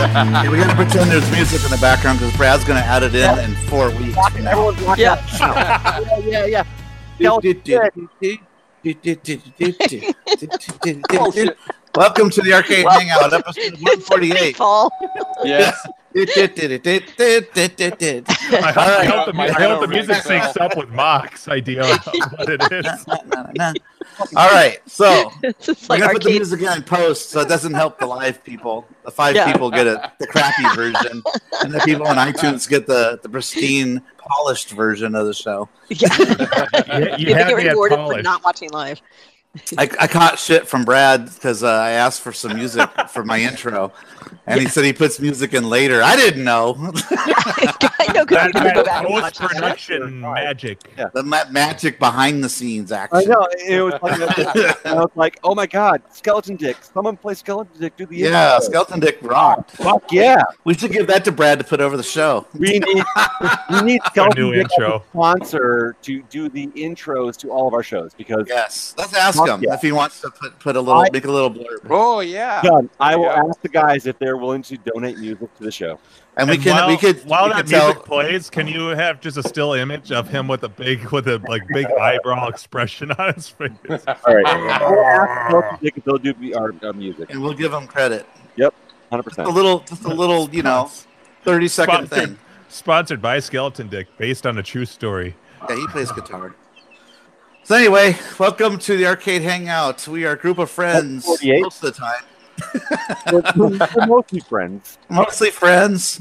Yeah, we gotta pretend there's music in the background because Brad's gonna add it in in four weeks. from now. Everyone's walking Yeah. out. yeah, yeah, yeah. Tell us good. shit. Welcome to the Arcade Hangout, episode Hey, 148. Paul. Yes. I hope, I hope the, My mu- I hope the head music already syncs up with Mock's idea of what it is. All right, so It's just we're like gonna put the arcade. music on post, so it doesn't help the live people. The five Yeah. people get it, the crappy version, and the people on iTunes get the the pristine, polished version of the show. Yeah. You, you People had get me at rewarded for polish. not watching live. I, I caught shit from Brad because uh, I asked for some music for my intro, and he said he puts music in later. I didn't know. I know because you That, don't go back and watch it. post production magic. the ma- magic behind the scenes I action. know. It was like, I was like, oh my god, Skeleton Dick. Someone play Skeleton Dick. Do the yeah, intro. Skeleton Dick rocked. Fuck yeah. We should give that to Brad to put over the show. We need we need A Skeleton new Dick as intro. a sponsor to do the intros to all of our shows because Yes, let's ask Fuck him yeah. if he wants to put, put a little I- make a little blurb, Oh yeah. done. I will Yeah. ask the guys if they're willing to donate music to the show. and we And can while, we could while we that could tell. music plays, can you have just a still image of him with a big with a like big eyebrow expression on his face? All right. I'll ask Skeleton Dick if they'll do the- our, our music. and we'll give him credit. Hundred A percent. little, just a little, you know, thirty second Sponsored. thing. Sponsored by Skeleton Dick, based on a true story. Yeah, he plays guitar. So anyway, welcome to the arcade hangout. We are a group of friends 48. most of the time, We're mostly friends. mostly friends.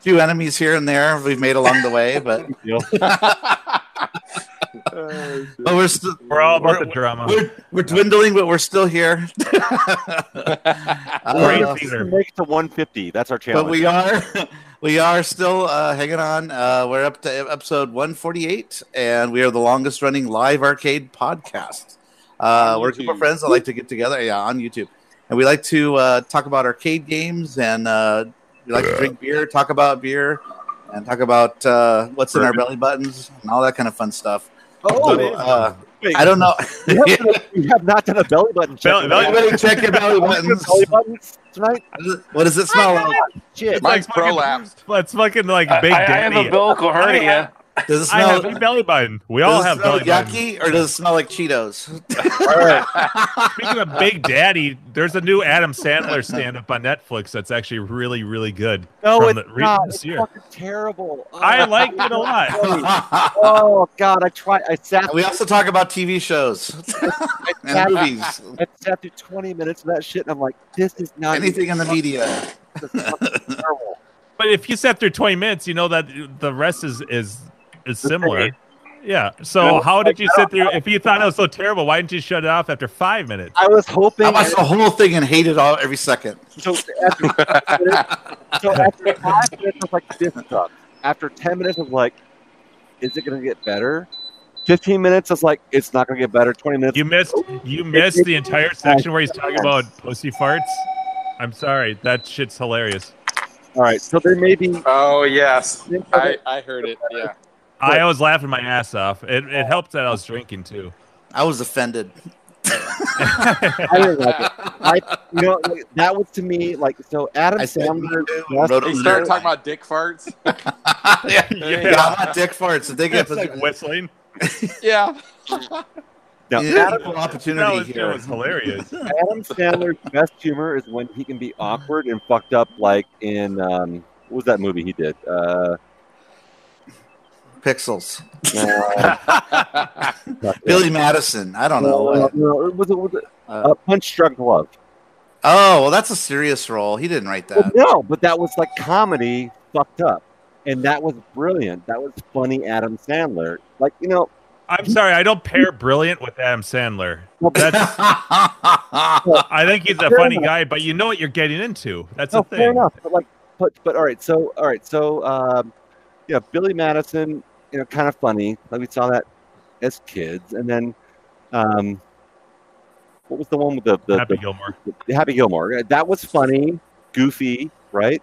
Few enemies here and there we've made along the way, but but we're st- We're all about Oh, We're- the drama. we're, we're dwindling, but we're still here. Great Uh, Let's theater. Make it to 150. That's our challenge. but we are we are still uh, hanging on. Uh, we're up to episode 148, and we are the longest running live arcade podcast. Uh, On we're a group of YouTube. friends that like to get together, yeah, on YouTube, and we like to uh, talk about arcade games, and uh, we like to drink beer, talk about beer, and talk about uh, what's in our belly buttons and all that kind of fun stuff. Oh, So, uh, wait. I don't know. we, have done a- we have not done a belly button check. Belly- belly Everybody check your belly Belly buttons. buttons. tonight? What does it smell like? Shit. Mine's fucking- prolapsed. Let's fucking like I, Big I Daddy. have a umbilical hernia. Does it I smell? have a belly button. We does all it have smell belly buttons. yucky, or does it smell like Cheetos? Speaking of Big Daddy, there's a new Adam Sandler stand-up on Netflix that's actually really, really good. No, from it's the- read not. this It's year. fucking terrible. Oh, I liked it a lot. Oh God, I tried. I sat. we also talk about TV shows and movies, I sat through 20 minutes of that shit, and I'm like, this is not anything in the media. This is fucking terrible. But if you sat through 20 minutes, you know that the rest is is is similar. Yeah. So how did you sit through? If you thought it was so terrible, why didn't you shut it off after five minutes? I was hoping. I watched the whole thing and hated all every second. So after, so after five minutes, I was like, this sucks. After 10 minutes, I was like, is it going to get better? 15 minutes, I was like, it's not going to get better. 20 minutes, You missed you missed the entire section where he's talking about pussy farts. I'm sorry, that shit's hilarious. all right. So there may be. Oh yes. I, I heard it. Yeah. I was laughing my ass off. It, it helped that I was drinking too. I was offended. I didn't like it. I, you know, like, that was to me like so. Adam I said, Sandler. wrote it They on started the talking about dick farts. airline. yeah, yeah, Yeah. I want dick farts. If they get It's like whistling. Yeah. No, you have Adam, equal That opportunity was, it here. was hilarious. Adam Sandler's best humor is when he can be awkward and fucked up, like in um, what was that movie he did? Uh, Pixels. uh, fuck, Billy Madison. I yeah. don't know. No, no, was it, was it Uh, uh, Punch Drunk Love? oh well, that's a serious role. He didn't write Well, that. no, but that was like comedy fucked up, and that was brilliant. That was funny, Adam Sandler. Like you know, I'm sorry, I don't pair brilliant with Adam Sandler. That's I think he's a Fair funny enough. guy, but you know what you're getting into. That's no, the thing. fair enough. But like, but, but all right. So all right. So um, yeah, Billy Madison. You know, kind of funny. Like we saw that as kids, and then um, what was the one with the the Happy the- Gilmore. the Happy Gilmore? That was funny, goofy, right?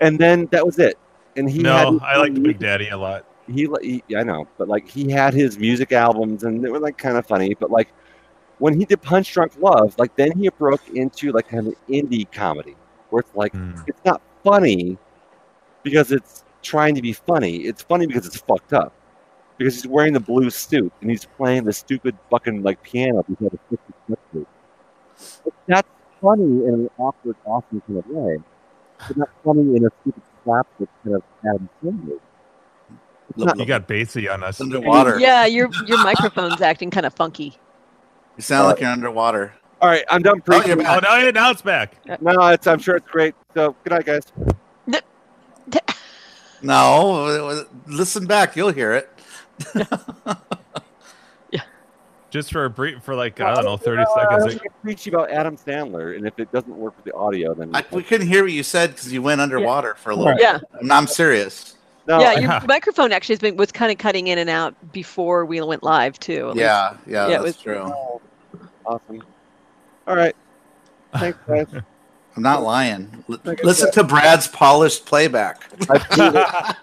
And then that was it. And he no, had- I like the Big Daddy a lot. he, he yeah, I know, but like he had his music albums and they were like kind of funny, but like when he did Punch Drunk Love, like then he broke into like kind of indie comedy. where it's like Hmm. it's not funny because it's trying to be funny. It's funny because it's fucked up. Because he's wearing the blue suit and he's playing the stupid fucking like piano. He's got a stupid flute flute. But That's funny in an awkward, awesome kind of way. It's not funny in a stupid slap that's kind of Adam Sandler. It's Look, not- You got Basie on us. underwater. Yeah, your your microphone's acting kind of funky. You sound like you're underwater. All right, I'm done Oh, you're preaching. Oh, now, now it's back. No, it's, I'm sure it's great. So good night, guys. No, it was- listen back. You'll hear it. Just for a brief, for like, I don't know, 30 Uh, seconds. I'm preaching about Adam Sandler, and if it doesn't work with the audio, then I, we couldn't hear what you said because you went underwater for a little Right. bit. Yeah, I'm, I'm serious. no, yeah. I- Your microphone actually has been was kind of cutting in and out before we went live too. at least. Yeah, Yeah, it yeah, that's was- true. awesome. All right, thanks, guys. I'm not lying. L- Like I listen to Brad's polished playback.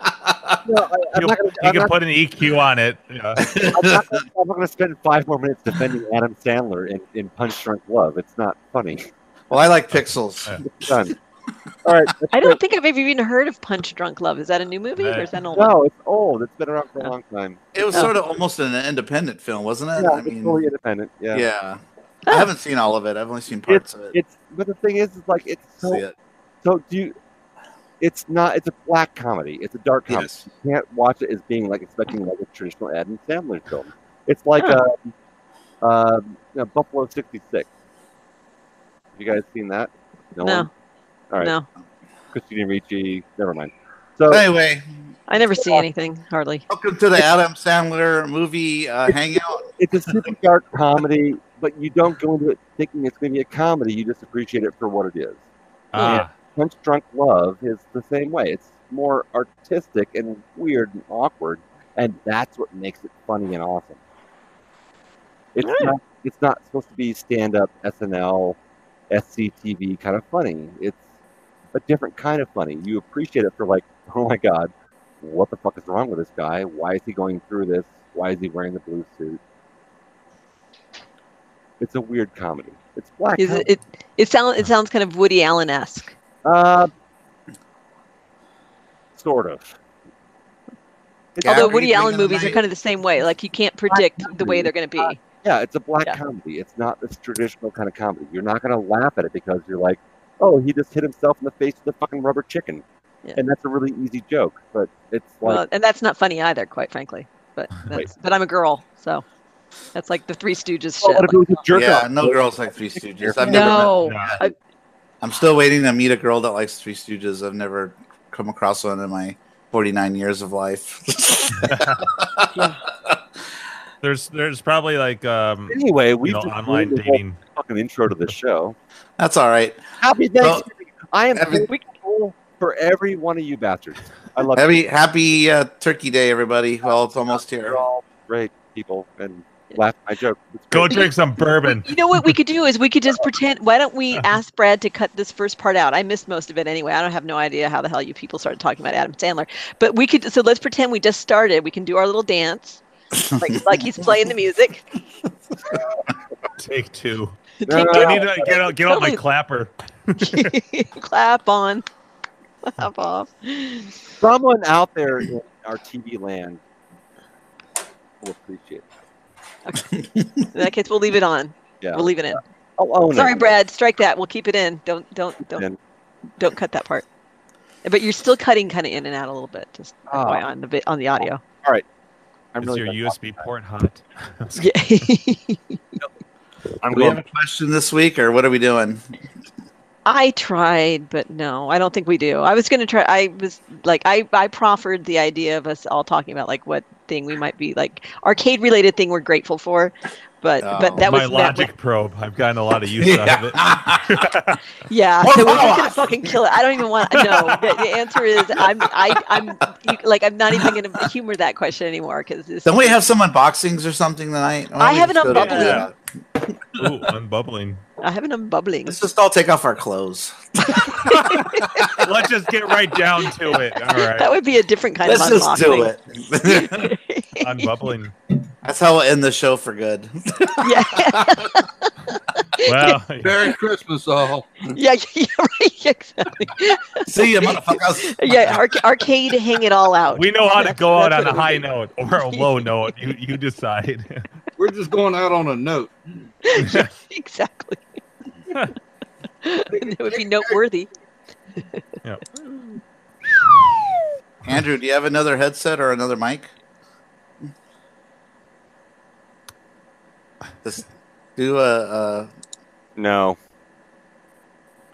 No, I, I'm, You, not gonna, you I'm, can not, put an EQ on it. Yeah. I'm, not gonna, I'm not gonna spend five more minutes defending Adam Sandler in, in Punch Drunk Love. It's not funny. well, I like pixels. It's done. All right. that's I it. don't think I've ever even heard of Punch Drunk Love. Is that a new movie or is that an old? one? No, it's old. It's been around for a long time. It was Oh. sort of almost an independent film, wasn't it? Yeah, I it's mean, fully independent. Yeah. yeah. I haven't seen all of it. I've only seen parts of it. It's but the thing is, is like it's See so it. So do you? It's not. It's a black comedy. It's a dark comedy. Yes. You can't watch it as being like expecting like a traditional Adam Sandler film. It's like Huh. um, um, you know, Buffalo '66. You guys seen that? No. one? All right. No, Christina Ricci. Never mind. So Anyway, I never see anything hardly. welcome to the Adam Sandler movie uh, hangout. it's a super dark comedy, but you don't go into it thinking it's going to be a comedy. You just appreciate it for what it is. Ah, Punch Drunk Love is the same way. It's more artistic and weird and awkward, and that's what makes it funny and awesome. It's Alright. not. It's not supposed to be stand-up SNL, SCTV kind of funny. It's a different kind of funny. You appreciate it for like, oh my god, what the fuck is wrong with this guy? Why is he going through this? Why is he wearing the blue suit? It's a weird comedy. It's black. Is comedy. it? It, it sounds it sounds kind of Woody Allen esque. Uh, sort of. It's- Yeah, Although what do you Woody think Allen of the movies are night? kind of the same way. Like you can't predict the way they're going to be. yeah, it's a black Yeah. comedy. It's not this traditional kind of comedy. You're not going to laugh at it because you're like, oh, he just hit himself in the face with a fucking rubber chicken. Yeah. And that's a really easy joke, but it's like, Well, and that's not funny either, quite frankly. But that's, but I'm a girl, so that's like the Three Stooges oh, shit. what if it was a jerk Yeah, off? no girls like Three Stooges. I've never met no, yeah. I'm still waiting to meet a girl that likes Three Stooges. I've never come across one in my 49 years of life. There's there's probably like um you Anyway, we know just online ruined the whole dating. fucking intro to the show. That's all right. Happy Thanksgiving! I am every- thankful for every one of you bastards. I love you. Happy Happy uh, Turkey Day, everybody. Well, it's almost here. You're all great people and laugh at my joke. It's Go great. drink some bourbon. You know what we could do is we could just pretend. Why don't we ask Brad to cut this first part out? I missed most of it anyway. I don't have no idea how the hell you people started talking about Adam Sandler. But we could. So let's pretend we just started. We can do our little dance, like like he's playing the music. Take two. Take No, no, I two. need to get out get out my Totally. clapper. clap on, clap off. someone out there in our TV land will appreciate. It. In that case, we'll leave it on. Yeah, We'll leave it in. I'll own Sorry, it. Brad. Strike that. We'll keep it in. Don't don't don't Oh, And- don't cut that part. But you're still cutting kind of in and out a little bit, just Oh. Ah. FYI on the vi- on the audio. I'm Is really your gonna- USB port hot? Yeah. I'm Do we have going. a question this week, or what are we doing? I tried, but no, I don't think we do. I was gonna try. I was like, I I proffered the idea of us all talking about like what thing we might be like arcade related thing we're grateful for, but Oh, but that my was met logic probe. I've gotten a lot of use out of it. with- yeah. What So we're about just gonna fucking kill it. I don't even want. No, the, the answer is I'm I I'm you, like I'm not even gonna humor that question anymore because Don't we have some unboxings or something tonight? Why don't I we have an just go to- unbubbling. Yeah. Ooh, I'm bubbling. I haven't. I'm bubbling. Let's just all take off our clothes. Let's just get right down to it. All That right. would be a different kind Let's of just unboxing. do it. I'm bubbling. That's how we'll end the show for good. yeah. Well, Merry Christmas, all. yeah, yeah, right, exactly. See you, motherfuckers. Yeah, arc- arcade, hang it all out. we know how to go out That's on what a it would high be. note or a low note. You you decide. We're just going out on a note. exactly. it would be noteworthy. Andrew, do you have another headset or another mic? Just do a. Uh, No.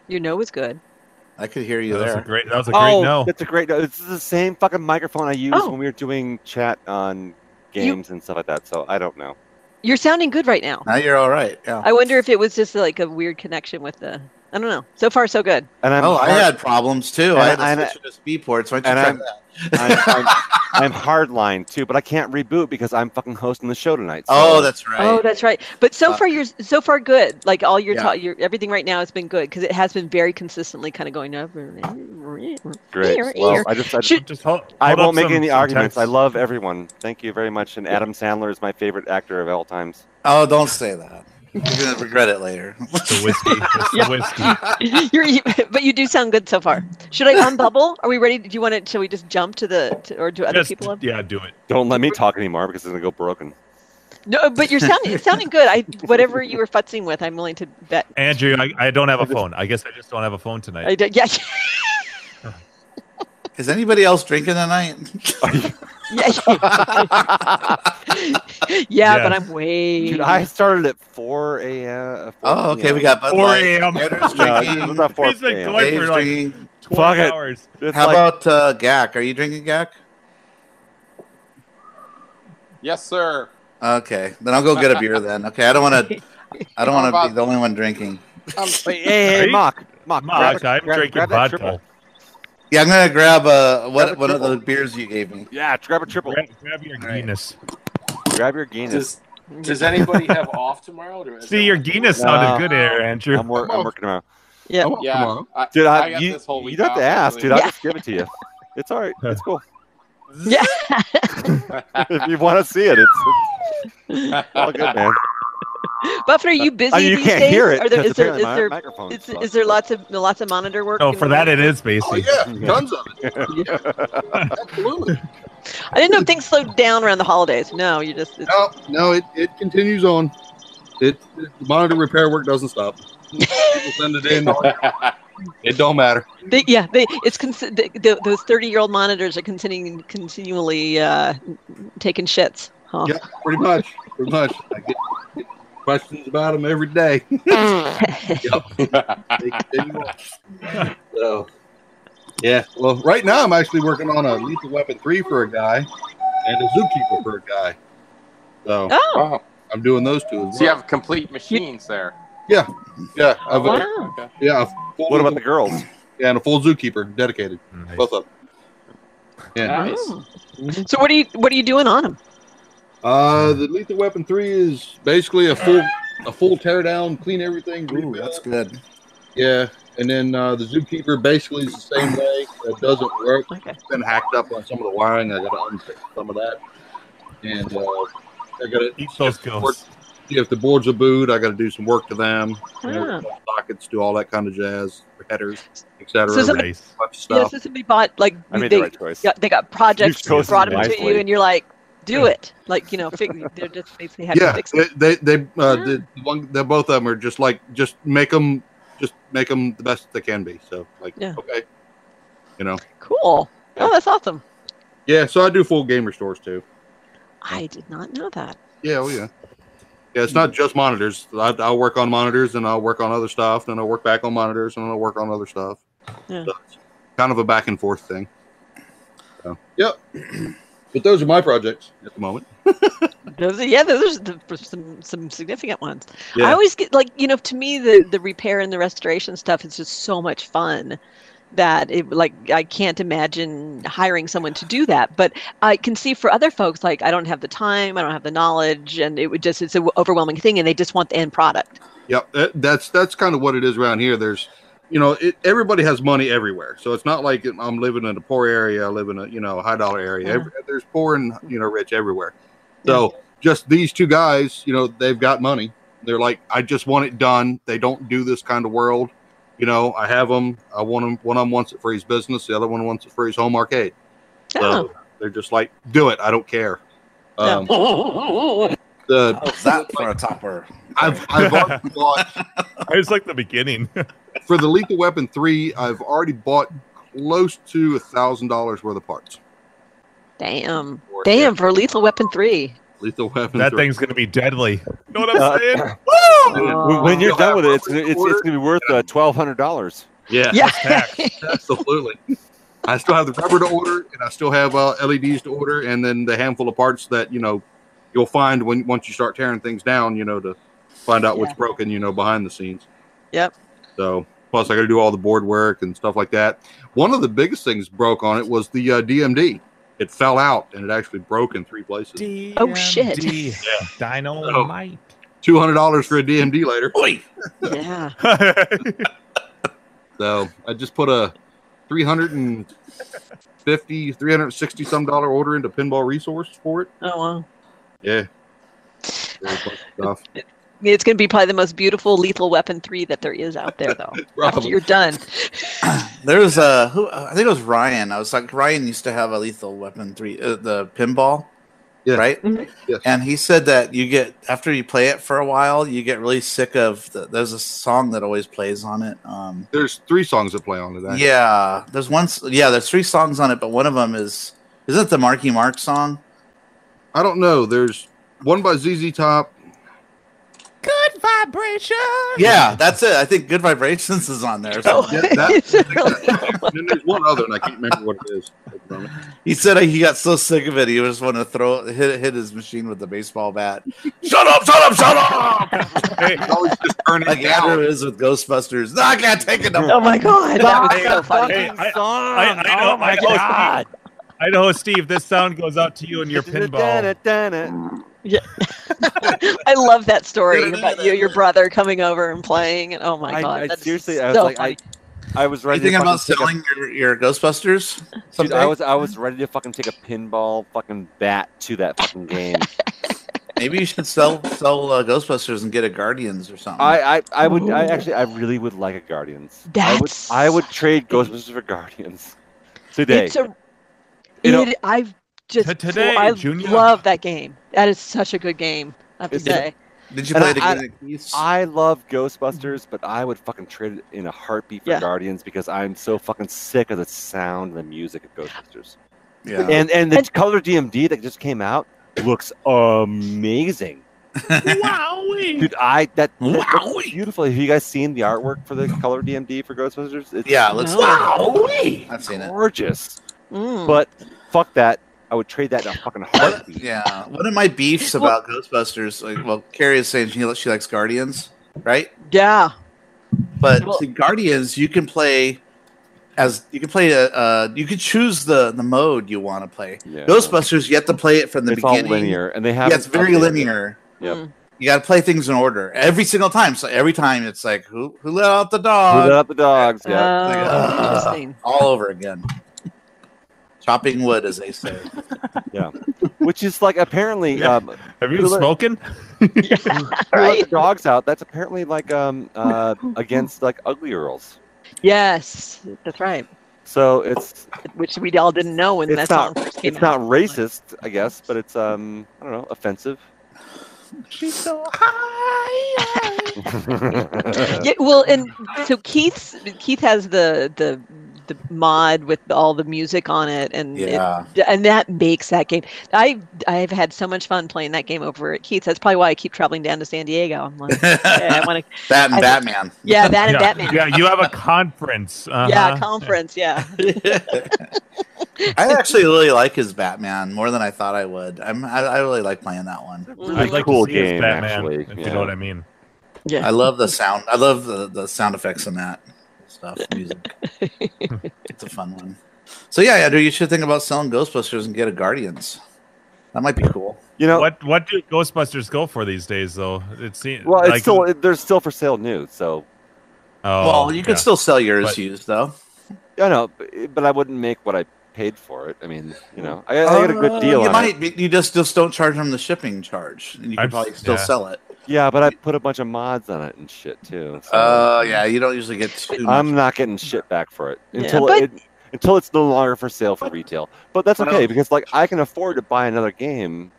Your no was good. I could hear you That was a there. great. That was a great no. That's Oh, a great no. This is the same fucking microphone I used Oh. when we were doing chat on games and stuff like that. So I don't know. You're sounding good right now. Now you're all right. Yeah. I wonder if it was just like a weird connection with the. I don't know. So far, so good. And I'm oh, I hard- had problems too. I And I- had and I- to switch to USB ports. Why don't you and try I'm- that? I'm, I'm, I'm hardline too, but I can't reboot because I'm fucking hosting the show tonight. So Oh, that's right. Oh, that's right. But so Uh, far, you're so far good. Like all your Yeah. ta- your everything right now has been good because it has been very consistently kind of going up. great. Ear, Well, ear. I just, I, just Should- Just hold, I hold up won't make some- any some arguments. I text. love everyone. Thank you very much. And Adam Sandler is my favorite actor of all times. Oh, don't say that. You're gonna regret it later. the whiskey. It's the whiskey. You're, you- but you do sound good so far. Should I unbubble? Are we ready? Do you want to? Shall we just jump to the to, or do other Just- people? Have? yeah, do it. Don't let me talk anymore because it's gonna go broken. No, but you're sounding it's sounding good. I whatever you were futzing with, I'm willing to bet. Andrew, I, I don't have I a just- phone. I guess I just don't have a phone tonight. I did, yeah, Is anybody else drinking tonight? yeah, yeah, yeah, But I'm way. Dude, I started at 4 a.m. oh, okay. We got Bud 4 Light. a.m. Andrew's No, drinking. it's not 4 He's been a.m. going- Dave's for like- drinking. 12 Fuck it. hours. It's How like- about uh, Gak? Are you drinking Gak? Yes, sir. Okay, then I'll go get a beer then. Okay, I don't want to. I don't want to About- be the only one drinking. I'm- Wait, hey, hey, Are hey, you- Mock, Mock, Come on, grab- Alex, I'm grab- drinking grab that vodka. triple. Yeah, I'm gonna grab uh Grab what a one of triple. the beers you gave me. Yeah, grab a triple. Grab, grab your All right. Guinness. Grab your Guinness. Does, does anybody have off tomorrow? Or is See, your everyone- Guinness No. sounded good there, Andrew. I'm, wor- I'm working tomorrow. Yeah. Oh. I'm off Yeah. tomorrow. I, Dude, I, I got you, this whole you week don't have to off, ask, actually. dude. I'll just give it to you. It's all right. It's cool. Yeah. if you want to see it, it's, it's all good, man. Buffett, are you busy I mean, you these can't days? hear it. Are there, 'cause is there apparently is my there microphone's is, fucked. is there lots of lots of monitor work? No, in for the- that it is Oh, basic. yeah. Tons of it. Absolutely. I didn't know things slowed down around the holidays. No, you just it's, No, no, it, it continues on. It, it the monitor repair work doesn't stop. People send it in. It don't matter. they, yeah, they, it's cons- the, the, those thirty-year-old monitors are continuing continually uh, taking shits. Huh? Yeah, pretty much. Pretty much. I get questions about them every day. Oh, They continue on. so, yeah. Well, right now I'm actually working on a Lethal Weapon three for a guy and a Zookeeper for a guy. So Oh, Wow. I'm doing those two as So you well. have complete machines there. Yeah, I've a, wow. Okay. yeah, a full, What about the girls? yeah, and a full Zookeeper dedicated. Nice. Both of them. Yeah. Oh. Nice. Mm-hmm. So what are you what are you doing on them? Uh, the Lethal Weapon three is basically a full a full tear down, clean everything. Ooh, rebuild. that's good. yeah, and then uh, the Zookeeper basically is the same way. It doesn't work. Okay. It's been hacked up on some of the wiring. I got to unfix some of that, and uh, I got to. Eat those ghosts. If the boards are booed, I got to do some work to them. Ah. Sockets, do all that kind of jazz, headers, etc. So somebody- Nice. Yeah, stuff. so somebody bought like I made they the right choice. got, they got projects You've chosen brought them to wisely. you, and you're like, do it. Like you know, fig- they're just they have to yeah, fix it. they they, they uh, Yeah. the the one the both of them are just like just make them just make them the best they can be. So like Yeah. okay, you know Cool. Oh, that's awesome. yeah. So I do full game restores too. I did not know that. Yeah, oh yeah, yeah. It's not just monitors. I, I'll work on monitors and I'll work on other stuff. Then I'll work back on monitors and I'll work on other stuff. Yeah. So it's kind of a back and forth thing. So, yep. but those are my projects at the moment. Those, are- yeah, those are the, some some significant ones. I Yeah. always get like you know to me the the repair and the restoration stuff is just so much fun that it like I can't imagine hiring someone to do that. But I can see for other folks like I don't have the time, I don't have the knowledge, and it would just it's an overwhelming thing, and they just want the end product. Yep, that, that's that's kind of what it is around here. There's, you know, it, everybody has money everywhere, so it's not like I'm living in a poor area. I live in a you know high dollar area. Yeah. Every- There's poor and you know rich everywhere. So just these two guys, you know, they've got money They're like, I just want it done. They don't do this kind of world. You know, I have them. I want them. One of them wants it for his business. The other one wants it for his home arcade. So Oh. they're just like, do it. I don't care. Um, How's the, Oh, that for a topper? I've, I've already bought I was like the beginning. for the Lethal Weapon three. I've already bought close to a thousand dollars worth of parts. Damn. for it. Damn for Lethal Weapon 3. Lethal Weapon. that 3. thing's gonna be deadly. Know what I'm Uh, saying? Oh. When- when you're You'll done have with it, it's, one it's, order. it's gonna be worth uh, twelve hundred dollars. Yeah, yeah. absolutely. I still have the rubber to order, and I still have uh, LEDs to order, and then the handful of parts that you know you'll find when once you start tearing things down, you know, to find out what's Yeah. broken, you know, behind the scenes. Yep. So plus, I got to do all the board work and stuff like that. One of the biggest things broke on it was the uh, DMD. It fell out, and it actually broke in three places. Oh, shit. DMD. Dynamite. Two hundred dollars for a DMD later. Boy, yeah. So I just put a 350, 360 some dollar order into Pinball Resource for it. Oh wow. Yeah. Very fun stuff. It's going to be probably the most beautiful Lethal Weapon 3 that there is out there though. After Probably. you're done. there's a uh, who I think it was Ryan. I was like Ryan used to have a Lethal Weapon three, uh, the pinball, Yeah. right? Mhm. Yes. And he said that you get after you play it for a while, you get really sick of. The, there's a song that always plays on it. Um, There's three songs that play on it. actually. Yeah, there's one. s- Yeah, there's three songs on it, but one of them is isn't it the Marky Mark song? I don't know. There's one by ZZ Top. Good vibration. Yeah, that's it. I think Good Vibrations is on there. or Oh. Oh, something. yeah, that- Is it really? And then there's one other, and I can't remember what it is. He said he got so sick of it, he just wanted to throw hit hit his machine with the baseball bat. shut up! Shut up! Shut up! Hey, I always just turn it Like down. Andrew is with Ghostbusters. No, I can't take it no more. oh my god. That was uh, so funny. Hey, I- song. I- I know- oh my I know, Steve. god! Idaho Steve, this sound goes out to you and your pinball. pinball. I love that story about you, your brother coming over and playing, and oh my I- god, I that's seriously- so I was like, I- funny. I was You ready. think to I'm fucking not take a- selling your, your Ghostbusters? Dude, Someday? I was I was ready to fucking take a pinball fucking bat to that fucking game. Maybe you should sell sell uh, Ghostbusters and get a Guardians or something. I, I I would I actually I really would like a Guardians. That's I would I would trade Ghostbusters for Guardians today. it's a. You know- it, I've just To today, I Junior. love that game. That is such a good game. I have to It's- say, Did you and play it I- again at Keith's? I love Ghostbusters, but I would fucking trade it in a heartbeat for Yeah. Guardians because I'm so fucking sick of the sound and the music of Ghostbusters. yeah. And and the And- color DMD that just came out looks amazing. Wowee. Dude, I that, that looks Wowee. beautiful. Have you guys seen the artwork for the color DMD for Ghostbusters? It's Yeah, it looks No. I've seen it. gorgeous. Mm. But fuck that. I would trade that in a fucking What, heartbeat. yeah. One of my beefs about Ghostbusters, like, well, Carrie is saying she, she likes Guardians, right? yeah, But Well- see, Guardians, you can play as you can play a, uh, you can choose the the mode you want to play. Yeah. Ghostbusters, you have to play it from the it's all beginning. linear, and they have Yeah, it's very linear. Yep. Mm. You got to play things in order every single time. So every time it's like, who who let out the Who dog? let out the dogs? Yeah. Oh, Like, uh, interesting. All over again. Chopping wood, as they say. Which is like apparently Yeah. um, Have you been smoking? Who let Right? the dogs out. That's apparently like um uh against like ugly girls. Yes, that's right. So it's Which we all didn't know when It's that not- song first came it's out. not racist, I guess, but it's um I don't know offensive. She's so high. yeah, well, and so Keith's Keith has the the the mod with all the music on it, and it- Yeah. and that makes that game. I I've had so much fun playing that game over at Keith's. That's probably why I keep traveling down to San Diego. I'm like, yeah, I want to, That and I- Batman. yeah, that and yeah. Batman, yeah, Yeah, you have a conference. Uh-huh. conference, yeah. I actually really like his Batman more than I thought I would. I'm, I, I really like playing that one. Really I'd like cool to see his game, Batman, actually, if yeah. you know what I mean. I love the sound. I love the, the sound effects in that stuff. Music. it's a fun one. So yeah, Andrew, you should think about selling Ghostbusters and get a Guardians. That might be cool. You know, What what do Ghostbusters go for these days though? It seems well, it's still it, they're still for sale new. So oh, well, you could yeah. still sell yours But- used though. I know, but, but I wouldn't make what I paid for it. I mean, you know, I, I got a good Uh, deal You on it. might. be- You just just don't charge them the shipping charge, and you can I've- probably still yeah. sell it. Yeah, but I put a bunch of mods on it and shit too. so Uh, yeah, you don't usually get too much. I'm not getting shit back for it Yeah. until But- it until it's no longer for sale for retail. But that's Well- okay because like I can afford to buy another game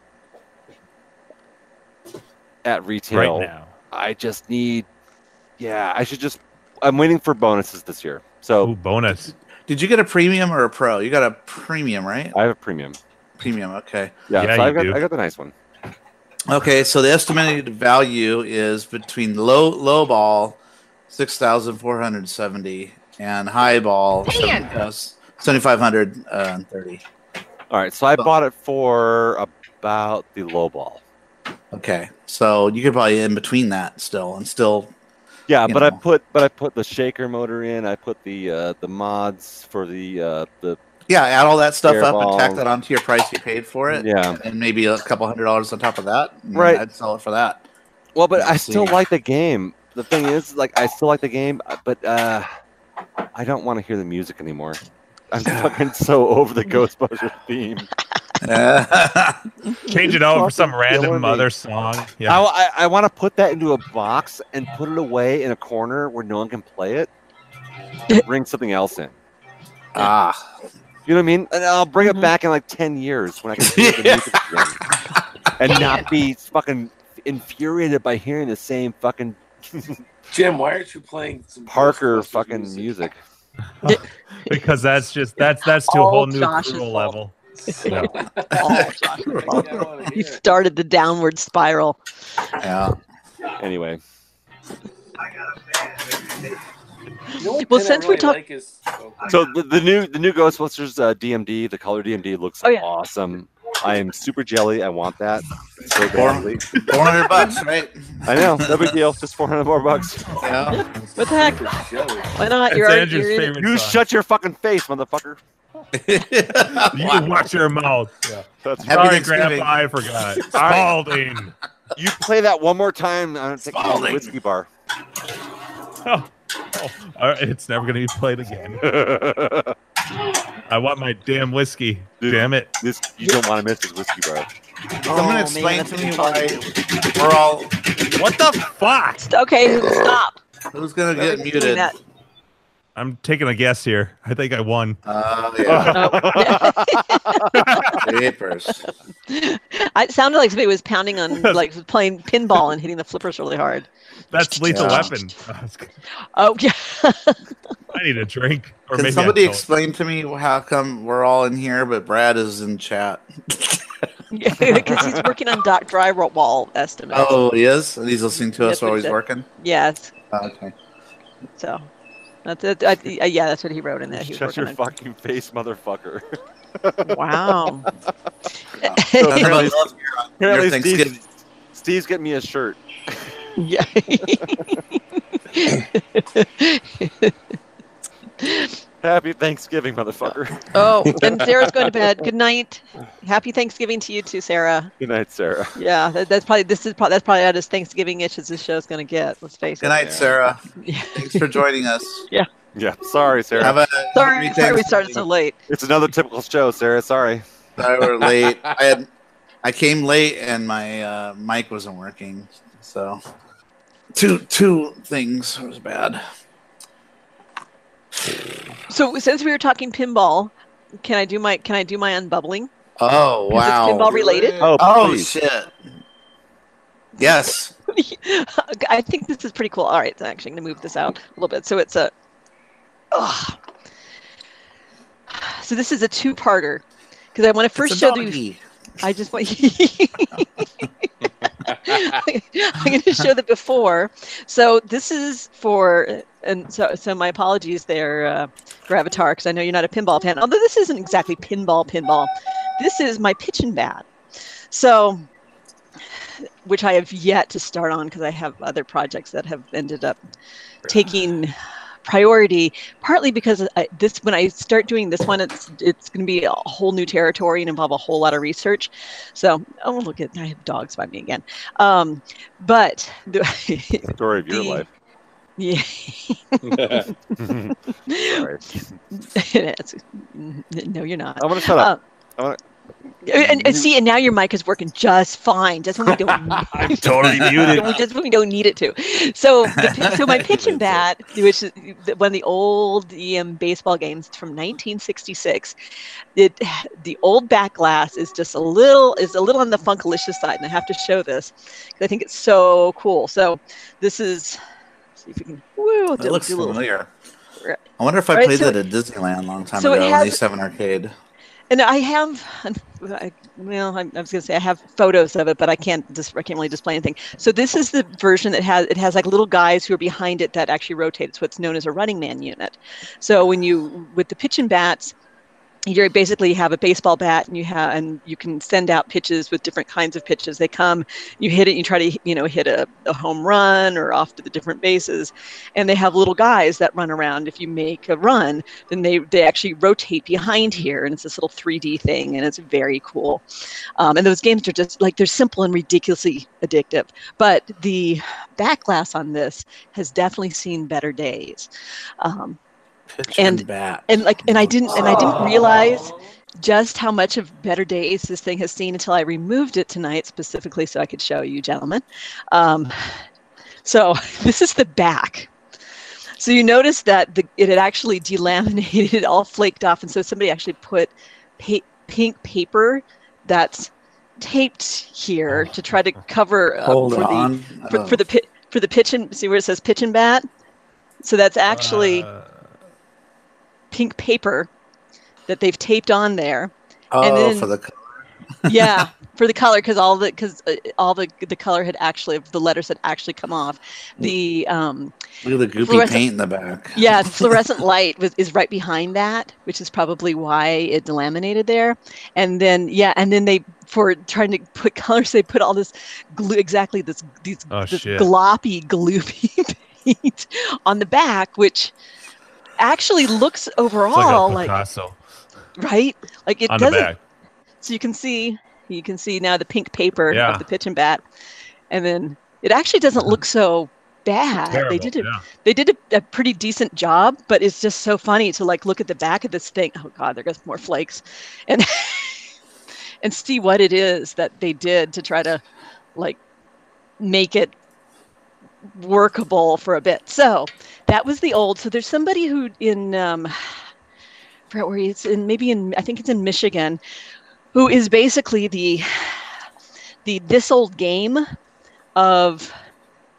at retail. right now. I just need yeah, I should just I'm waiting for bonuses this year. So Ooh, bonus. Did you get a premium or a pro? You got a premium, right? I have a premium. Premium. Okay. Yeah, Yeah, so I you got do. I got the nice one. Okay. So the estimated value is between low low ball, six thousand four hundred seventy, and high ball, Man. seventy five hundred uh, and thirty. All right, so I So- bought it for about the low ball. Okay. So you could probably in between that still and still. Yeah, you but I know. put but I put the shaker motor in. I put the uh, the mods for the uh, the Yeah, add all that stuff up and tack Airball. that onto your price you paid for it. yeah. And maybe a couple hundred dollars on top of that. and Right. I'd sell it for that. Well, but I Let's still see. like the game. The thing is, like, I still like the game, but uh, I don't want to hear the music anymore. I'm fucking so over the Ghostbusters theme. Change it out for some Fucking killing random me. other song. I, Yeah. I, want to put that into a box and put it away in a corner where no one can play it. Bring something else in. ah. You know what I mean? And I'll bring Mhm. it back in like ten years when I can hear the music again and not be fucking infuriated by hearing the same fucking Jim, why aren't you playing some Parker Ghostbusters fucking music. because that's just that's that's to a All whole new Josh's cruel fault. level. Yeah, Oh, Josh, I wanna hear you it. started the downward spiral. Yeah. Anyway, You know what Well, pin I since we're really talk- like is- oh, So the, the new the new Ghostbusters uh, DMD, the color DMD looks Oh, yeah. awesome. I am super jelly. I want that. So Four badly. hundred bucks, right? I know, no big deal. Just four hundred more bucks. Yeah. What the heck? for Joey. Why not? That's You're, already- Andrew's you're in it. favorite You song. shut your fucking face, motherfucker. You Wow. watch your mouth. That's Happy Sorry, Thanksgiving. Grandpa, I forgot. Spalding. you play that one more time. I'm taking a Spalding. whiskey bar. Oh, oh, all right, it's never gonna be played again. this, I want my damn whiskey. Dude. Damn it. you don't want to miss this whiskey bar. I'm Oh, gonna man, explain that's to you gonna be why we're all What the fuck? Okay, stop. who's gonna Why get would you do muted. that? I'm taking a guess here. I think I won. Uh, yeah, papers. I it sounded like somebody was pounding on, like playing pinball and hitting the flippers really hard. That's lethal Yeah. weapon. Oh yeah. I need a drink. Or Can maybe I somebody don't. explain to me how come we're all in here but Brad is in chat? because he's working on Doc Drywall estimates. Oh, he is. And he's listening to us That's what while he he's said. working. Yes. Oh, okay. So that's it. I, I- yeah, that's what he wrote in that. He was Shut working your on. fucking face, motherfucker. Wow. That's apparently- what I love here on your Apparently, Thanksgiving. Steve's, Steve's getting me a shirt. yeah. Happy Thanksgiving, motherfucker. oh, and Sarah's going to bed. Good night. Happy Thanksgiving to you too, Sarah. Good night, Sarah. Yeah, that, that's probably this is probably that's probably about as Thanksgiving-ish as this show's going to get. Let's face it. Good night, Sarah. Yeah. Thanks for joining us. Yeah, sorry, Sarah. Have a Sorry, happy sorry we started so late. Thanksgiving. It's another typical show, Sarah. Sorry. Sorry we're late. I had I came late and my uh, mic wasn't working. So two two things was bad. So since we were talking pinball, can I do my can I do my unbubbling? Oh Is this pinball wow. related? Oh, Oh please. shit. Yes. I think this is pretty cool. All right, so I'm actually going to move this out a little bit. So it's a. Ugh. So this is a two-parter because I want to first It's a show the. doggy. I just want. I'm going to show the before. So this is for, and so so my apologies there, uh, Gravatar, because I know you're not a pinball fan. Although this isn't exactly pinball, pinball. This is my pitching bat. So, which I have yet to start on because I have other projects that have ended up taking priority partly because I, this when i start doing this one it's it's going to be a whole new territory and involve a whole lot of research so oh look at i have dogs by me again um but the, Story of your The- life. yeah Sorry. That's- no you're not I want to shut Uh, up. And, and see, and now your mic is working just fine, just when we don't, I'm totally muted. just when we don't need it to. So, the, pi- so my pitch and bat, which is the- one of the old EM baseball games from 1966, it the old back glass is just a little is a little on the funkalicious side, and I have to show this 'cause I think it's so cool. So, this is let's see if we can. Woo, It looks do a little- familiar. Right. I wonder if I All right, played so- that at Disneyland a long time so it ago in has- the 7 arcade. And I have, I- well, I, I was going to say I have photos of it, but I can't dis- I can't really display anything. So this is the version that has it has like little guys who are behind it that actually rotate. It's what's known as a running man unit. So when you with the pitch and bats. You basically have a baseball bat, and you have, and you can send out pitches with different kinds of pitches. They come, you hit it, you try to, you know, hit a, a home run or off to the different bases, and they have little guys that run around. If you make a run, then they they actually rotate behind here and it's this little 3d thing and it's very cool um, and those games are just like they're simple and ridiculously addictive but the back glass on this has definitely seen better days um, Pitch And- bat. and like and i didn't and i didn't realize just how much of better days this thing has seen until i removed it tonight specifically so i could show you gentlemen um, so this is the back so you notice that the, it had actually delaminated all flaked off and so somebody actually put pa- pink paper that's taped here to try to cover uh, Hold for the on. for, for the pit for the pitch and see where it says pitch and bat so that's actually Uh, pink paper that they've taped on there. oh, and then- for the Yeah, for the color because all the because uh, all the the color had actually the letters had actually come off. The um look at the goopy Fluorescent- paint in the back. yeah fluorescent light was is right behind that, which is probably why it delaminated there. And then yeah, and then they for trying to put colors they put all this glue exactly this these Oh, this shit. gloppy gloopy paint on the back, which actually looks it's like overall a like, Picasso right like it on the doesn't back. So you can see you can see now the pink paper Yeah. of the pitch and bat, and then it actually doesn't look so bad. Terrible, they did a, yeah. they did a, a pretty decent job, but it's just so funny to like look at the back of this thing. Oh God, there goes more flakes, and and see what it is that they did to try to like make it workable for a bit. So that was the old. So there's somebody who in um, I forgot where he's in maybe in I think it's in Michigan, who is basically the the this old game of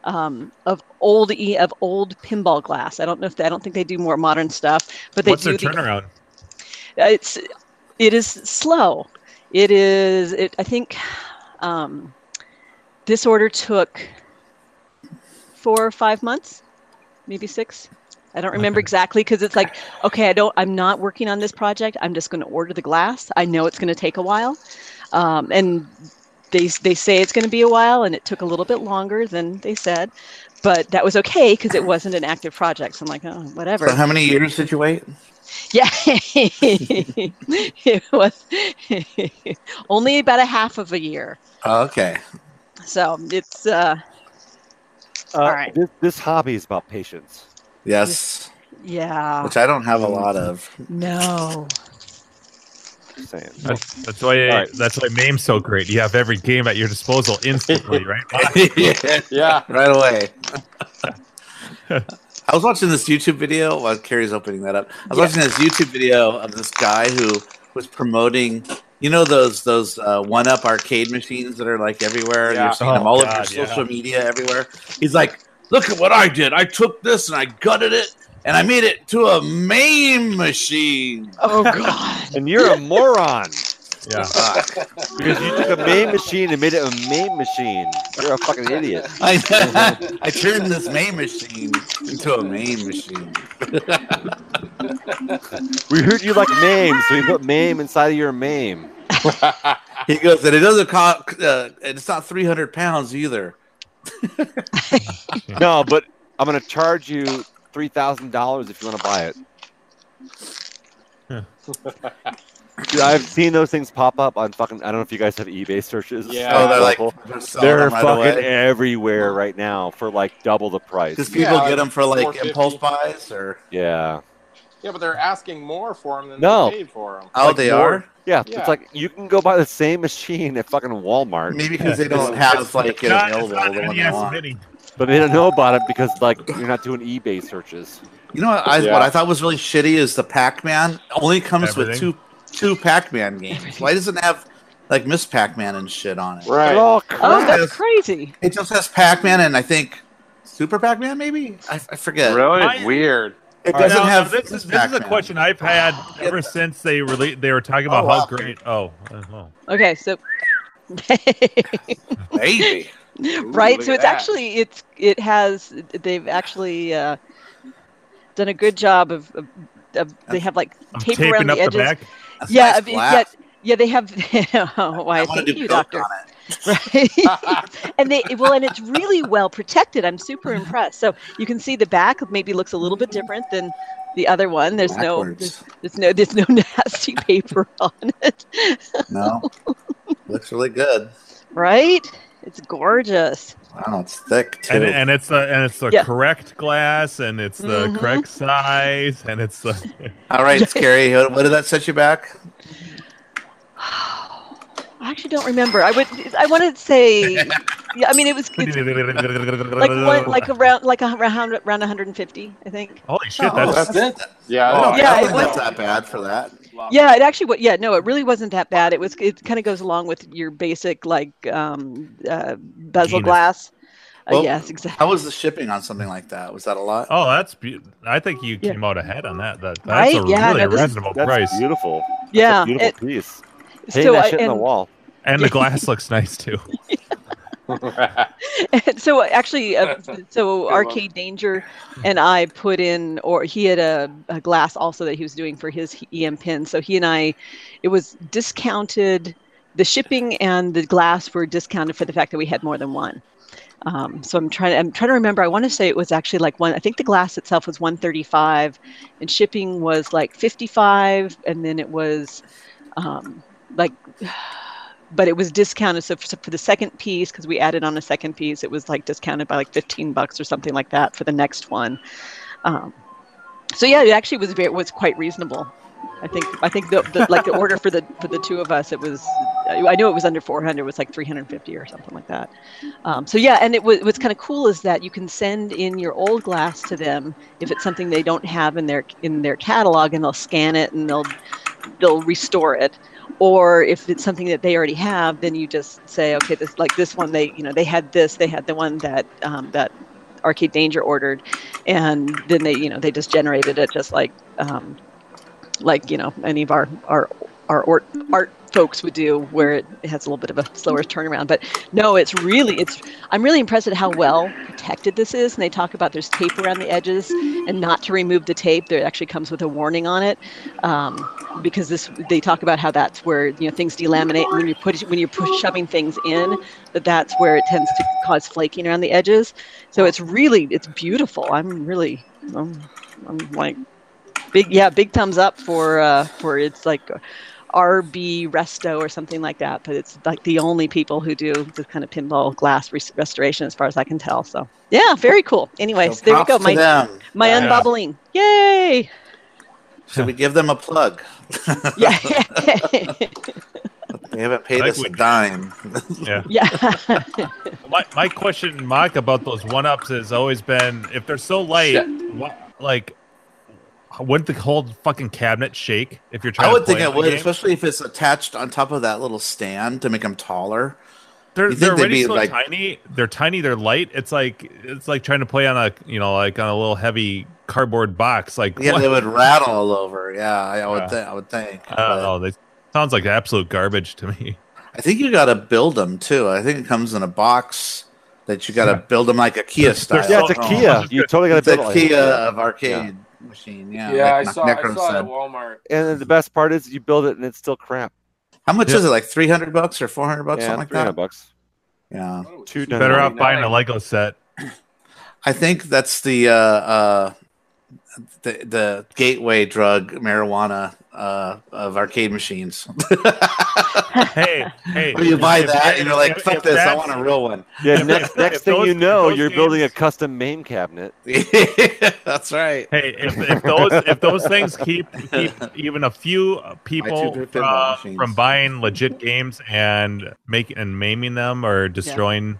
um, of old e of old pinball glass. I don't know if they, I don't think they do more modern stuff, but they What's do their the turnaround? Uh, it's it is slow it is it i think um this order took four or five months maybe six i don't remember Okay. exactly because it's like okay i don't i'm not working on this project i'm just going to order the glass i know it's going to take a while um, and they they say it's going to be a while and it took a little bit longer than they said but that was okay because it wasn't an active project so i'm like oh whatever So how many years did you wait? yeah, it was only about a half of a year. Oh, okay. So it's uh, Oh, Uh, Alright. This, this hobby is about patience. Yes. yeah, Which I don't have a lot of. no, Just saying. That's, that's why All right. that's why MAME's so great. You have every game at your disposal instantly, right? Yeah. right away. I was watching this YouTube video while Carrie's opening that up. I was Yeah. watching this YouTube video of this guy who was promoting, you know, those those uh, one up arcade machines that are like everywhere. Yeah. You're seeing them Oh, all over God, your yeah. social media everywhere. He's like, "Look at what I did! I took this and I gutted it, and I made it to a main machine." oh god, And you're a moron. Yeah. Ah, Because you took a main machine and made it a main machine. You're a fucking idiot. I, I turned this main machine into a main machine. We heard you like MAME, so we put MAME inside of your MAME. He goes, and it doesn't cost. Uh, and it's not three hundred pounds either. No, but I'm going to charge you $3,000 if you want to buy it. Huh. Dude, I've seen those things pop up on fucking. I don't know if you guys have eBay searches. Yeah. Oh, they're like Awful. selling they're them right fucking away. everywhere right now for like double the Because price. people Yeah, get them for like 450. impulse buys or Yeah. Yeah, but they're asking more for them than No. they paid for them. oh Like they more- are Yeah, Yeah. it's like you can go buy the same machine at fucking Walmart, Maybe because they don't have like it Not- it's available not the one they NES want. Mini. but they don't know about it because like you're not doing eBay searches. You know what I, Yeah. what I thought was really shitty is the Pac-Man only comes Everything. with two two Pac-Man games. Why doesn't it have like Miss Pac-Man and shit on it? They're Right. all Oh, crap. that's crazy. It just has Pac-Man and I think Super Pac-Man maybe? I, I forget. Really I- weird. It All right, doesn't now, have this is Miss this is a Pac-Man. question I've had ever since they rele- they were talking about Oh, how wow. great oh, uh, oh. Okay, so Baby. right look so at it's that. actually it's it has they've actually uh, done a good job of, of, of they have like I'm tape around taping the up edges the back. That's yeah I nice mean, yeah black. yeah they have oh, why I want thank to do you coke doctor on it. right and they well and it's really well protected i'm super impressed so you can see the back maybe looks a little bit different than the other one there's no there's, Backwards. there's no there's no nasty paper on it No. Looks really good. right it's gorgeous Wow, it's thick too. And, and it's the and it's the Yeah. correct glass and it's the Mhm. correct size and it's the All right, Scary. What what did that set you back? I actually don't remember. I would. I want to say. Yeah, I mean, it was it's like one, like around like a, around around 150, I think. Holy shit, Oh, that's That's it. Oh, Yeah. I don't Oh, Yeah, know it if that's that bad for that. Yeah, it actually. wa- Yeah, no, it really wasn't that bad. It was. It kind of goes along with your basic like um, uh, bezel Genus. glass. Uh, Well- yes, exactly. How was the shipping on something like that? Was that a lot? Oh, that's beautiful. I think you Yeah. came out ahead on that. that that's a Right? Yeah, really no, this- reasonable That's price. beautiful. That's Yeah. a beautiful it- piece. Hey, so that I- shit in the and- wall. And the glass looks nice too. so actually, uh, so Good Arcade Danger and I put in, or he had a, a glass also that he was doing for his EM pin. So he and I, it was discounted. The shipping and the glass were discounted for the fact that we had more than one. Um, so I'm trying. I'm trying to remember. I want to say it was actually like one. I think the glass itself was 135, and shipping was like 55, and then it was um, like but it was discounted. So for, so for the second piece, because we added on a second piece, it was like discounted by like 15 bucks or something like that for the next one. Um, so yeah, it actually was very, was quite reasonable. I think I think the, the like the order for the for the two of us, it was I I know it was under 400, it was like 350 or something like that. Um, so yeah, and it was what's kind of cool is that you can send in your old glass to them if it's something they don't have in their in their catalog, and they'll scan it and they'll they'll restore it or if it's something that they already have then you just say okay this like this one they you know they had this they had the one that um, that arcade danger ordered and then they you know they just generated it just like um, like you know any of our our our art, art folks would do where it has a little bit of a slower turnaround but no it's really it's i'm really impressed at how well protected this is and they talk about there's tape around the edges and not to remove the tape there actually comes with a warning on it um, because this they talk about how that's where you know things delaminate and when you put when you're push, shoving things in that that's where it tends to cause flaking around the edges so it's really it's beautiful i'm really i'm, I'm like big yeah big thumbs up for uh for it's like rb resto or something like that but it's like the only people who do this kind of pinball glass res- restoration as far as i can tell so yeah very cool anyways So there we props go to my them. my Yeah. unbubbling yay Should we give them a plug? yeah They haven't paid I us a would. dime. yeah My, my question, Mock, about those one ups has always been if they're so light, wha- like, wouldn't the whole fucking cabinet shake if you're trying I to would think play it the would, game? especially if it's attached on top of that little stand to make them taller. They're, You think they're they'd already be, so like- tiny. They're tiny. They're light. It's like it's like trying to play on a you know like on a little heavy cardboard box. Like Yeah, what? they would rattle all over. Yeah, I, I would Yeah. think. I would think. But I don't know. oh, They sounds like absolute garbage to me. I think you got to build them too. I think it comes in a box that you got to build them like a Kia There's- there's style. Oh, I Yeah, it's a don't know. Kia. You totally got It's to a build it. Kia of arcade machine. Yeah, Yeah, like I Ne- saw. I Necron saw it at said. Walmart. And then the best part is you build it and it's still crap. How much Yeah. is it? Like three hundred bucks or four hundred bucks, yeah, something like 300 that. bucks. Yeah, Two Better Yeah. off buying a Lego set. I think that's the uh, uh, the the gateway drug marijuana uh, of arcade machines. Hey, hey. Where you buy if- that if- and you're like, if- fuck if this, I that's- want a real one. Yeah, If- next, if- next if thing those- you if know, those you're building a games- custom main cabinet. That's right. Hey, if, if those if those things keep keep even a few uh, people two pinball uh, machines. from buying legit games and making and maiming them or destroying,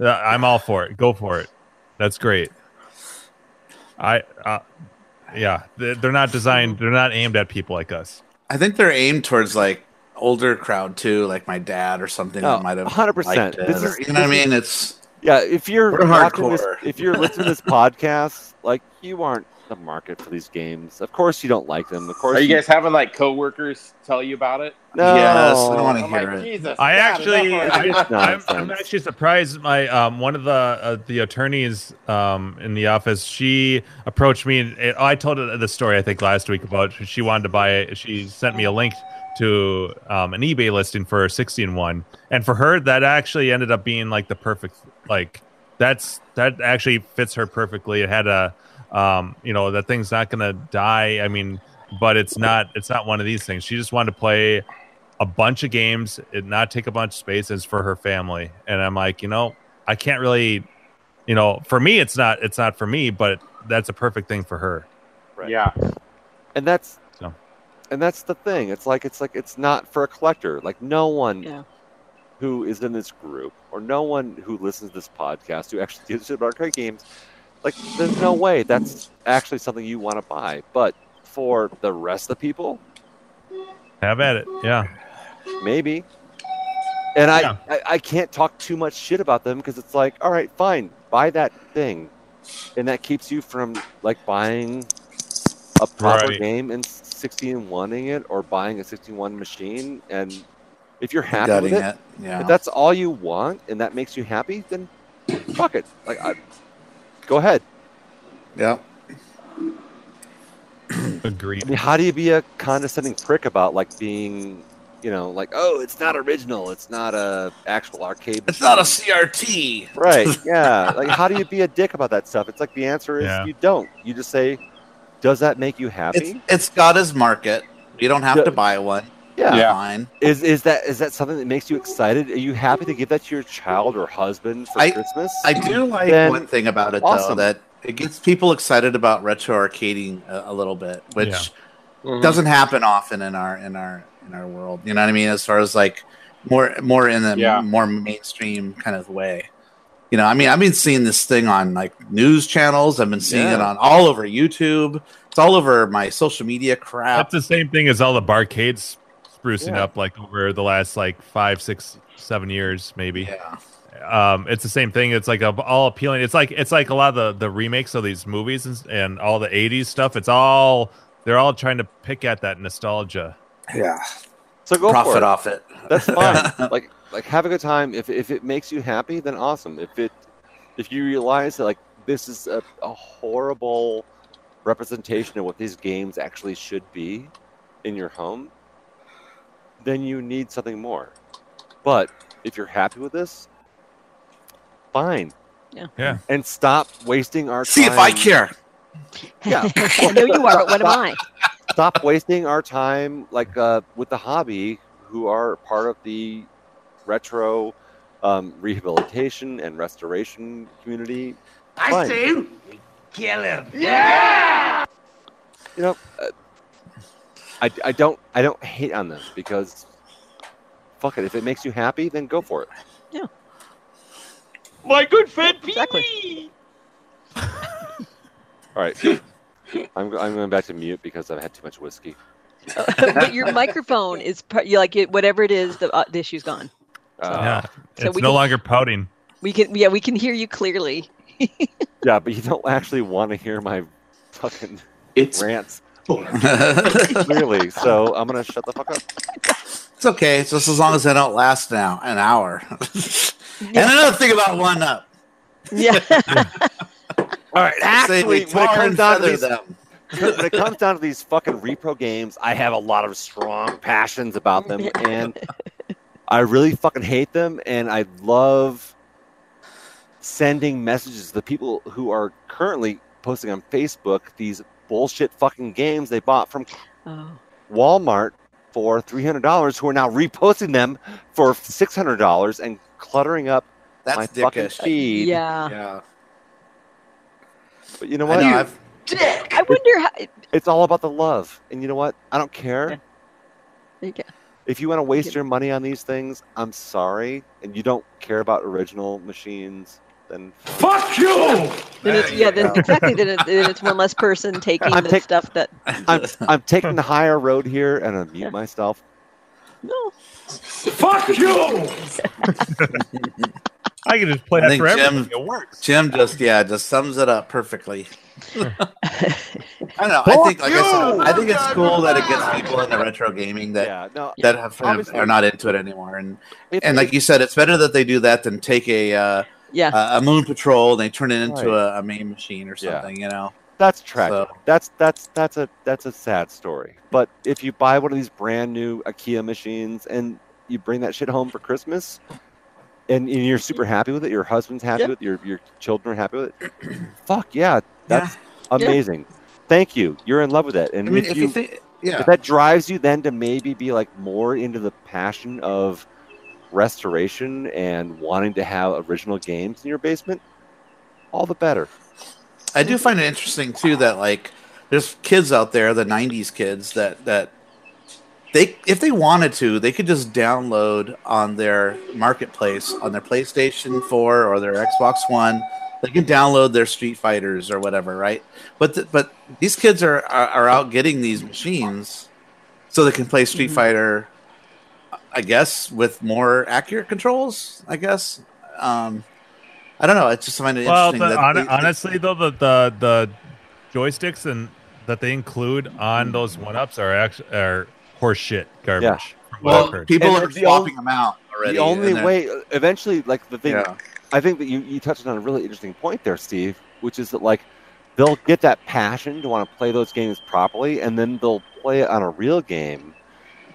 uh, I'm all for it. Go for it. That's great. I, uh, yeah, they're, they're not designed. They're not aimed at people like us. I think they're aimed towards like older crowd too, like my dad or something Oh, that might have 100%. liked it, This or- is- you know what I this is- mean? It's Yeah, if you're We're watching this, hardcore. if you're listening to this podcast, like you aren't the market for these games. Of course, you don't like them. Of course, Are you guys having like coworkers tell you about it? Oh. No. yes, I don't want to I'm hear like, it. Jesus. I God, actually, enough I, already." It's I'm, nonsense. I'm actually surprised. My um, one of the uh, the attorneys um, in the office, she approached me. And, and I told her the story I think last week about she wanted to buy. She sent me a link to um, an eBay listing for a 16 one, and for her that actually ended up being like the perfect like that's that actually fits her perfectly. It had a um, you know that thing's not gonna die. I mean, but it's not it's not one of these things. She just wanted to play a bunch of games and not take a bunch of space. It's for her family, and I'm like, you know, I can't really, you know, for me it's not it's not for me, but that's a perfect thing for her. Right. Yeah. and that's So. and that's the thing. It's like it's like it's not for a collector. Like no one Yeah. who is in this group or no one who listens to this podcast who actually gives a shit about arcade games. Like there's no way that's actually something you want to buy. But for the rest of the people, Have at it. Yeah. maybe. And I, Yeah. I, I can't talk too much shit about them because it's like, all right, fine, buy that thing, and that keeps you from like buying a proper Right. game and sixteen wanting it or buying a sixteen one machine. And if you're happy Gutting with it, it. Yeah. if that's all you want and that makes you happy, then fuck it. Like, I, go ahead. yeah. I Agreed. mean, how do you be a condescending prick about like being, you know, like, oh, it's not original, it's not a actual arcade. It's not a machine." CRT. Right. Yeah. like, how do you be a dick about that stuff? It's like the answer is Yeah. you don't. You just say, does that make you happy? It's it's got his market. You don't have Yeah. to buy one. yeah. Yeah. Fine. Is is that is that something that makes you excited? Are you happy to give that to your child or husband for I- Christmas? I do like Then- one thing about it though awesome. that it gets people excited about retro arcading a, a little bit, which Yeah. Mm-hmm. Mhm. doesn't happen often in our in our in our world. You know what I mean? As far as like more more in the Yeah. more mainstream kind of way. You know, I mean, I've been seeing this thing on like news channels. I've been seeing it Yeah. on all over YouTube. It's all over my social media crap. That's the same thing as all the barcades sprucing Yeah. up like over the last like five, six, seven years maybe. yeah. um it's the same thing it's like a, all appealing it's like it's like a lot of the the remakes of these movies and, and all the 80s stuff it's all they're all trying to pick at that nostalgia Yeah. so go for Profit it. off it. That's fine. like like have a good time. If if it makes you happy, then awesome. If it if you realize that like this is a, a horrible representation of what these games actually should be in your home, then you need something more. But if you're happy with this, fine. Yeah. Yeah. And stop wasting our See time. if I care. Yeah. I know you are, but what am I? stop wasting our time like uh, with the hobby who are part of the retro um, rehabilitation and restoration community Fine. I say, kill him. you know uh, I, I don't i don't hate on them because fuck it if it makes you happy then go for it My good friend Pee Exactly. all right I'm, go- I'm going back to mute because i've had too much whiskey but your microphone is par- you like it, whatever it is. The, uh, the issue's gone. uh, yeah So it's we no can- longer pouting We can yeah we can hear you clearly. yeah but you don't actually want to hear my fucking It's rants it's clearly so i'm going to shut the fuck up okay. Just as long as I don't last now an hour. and Yeah. another thing about one up. yeah. all right Say we actually when it tar comes and down to feather these them. when it comes down to these fucking repro games, I have a lot of strong passions about them, and I really fucking hate them. And I love sending messages to the people who are currently posting on Facebook these bullshit fucking games they bought from Oh. Walmart for three hundred dollars, who are now reposting them for six hundred dollars and cluttering up That's my fucking dickish. feed. Yeah. Yeah. But you know I what? know, I've- Dick. I wonder how. it's all about the love. And you know what? I don't care. You go. If you want to waste your money on these things, I'm sorry. And you don't care about original machines, then Fuck you! Then it's, yeah, then exactly. Then, it, then it's one less person taking I'm the take- stuff that. I'm, I'm taking the higher road here and I mute myself. No. Fuck you! I can just play I that think for Jim- everything. It works. Jim just yeah just sums it up perfectly. I don't know. I think like I said, I think it's cool that it gets people into retro gaming that yeah, no. that have, have Obviously. are not into it anymore. And if- and like you said, it's better that they do that than take a uh, Yeah. a a moon patrol and they turn it into Right. a, a main machine or Yeah. something. You know. That's tragic. So- That's that's that's a that's a sad story. But if you buy one of these brand new IKEA machines and you bring that shit home for Christmas, and, and you're super happy with it, your husband's happy Yeah. with it, your your children are happy with it. fuck yeah, that's Yeah. amazing. Thank you. You're in love with it, and I mean, if, if you, you think yeah, if that drives you then to maybe be like more into the passion of restoration and wanting to have original games in your basement, all the better. I do find it interesting too that like there's kids out there, the '90s kids that that they if they wanted to, they could just download on their marketplace on their PlayStation 4 or their Xbox One. They can download their Street Fighters or whatever, right? But th- but these kids are, are are out getting these machines so they can play Street Mm-hmm. Fighter. I guess with more accurate controls. I guess. Um, I don't know. I just find it Well, interesting. the, that hon- they- they- honestly, though, the, the the joysticks and that they include on those one ups are actually are horseshit garbage. from what I've Well, heard. people And are the swapping them out already. The only and they're- way, eventually, like the thing, yeah, I think that you, you touched on a really interesting point there, Steve, which is that like they'll get that passion to want to play those games properly, and then they'll play it on a real game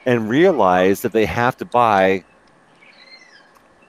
and realize that they have to buy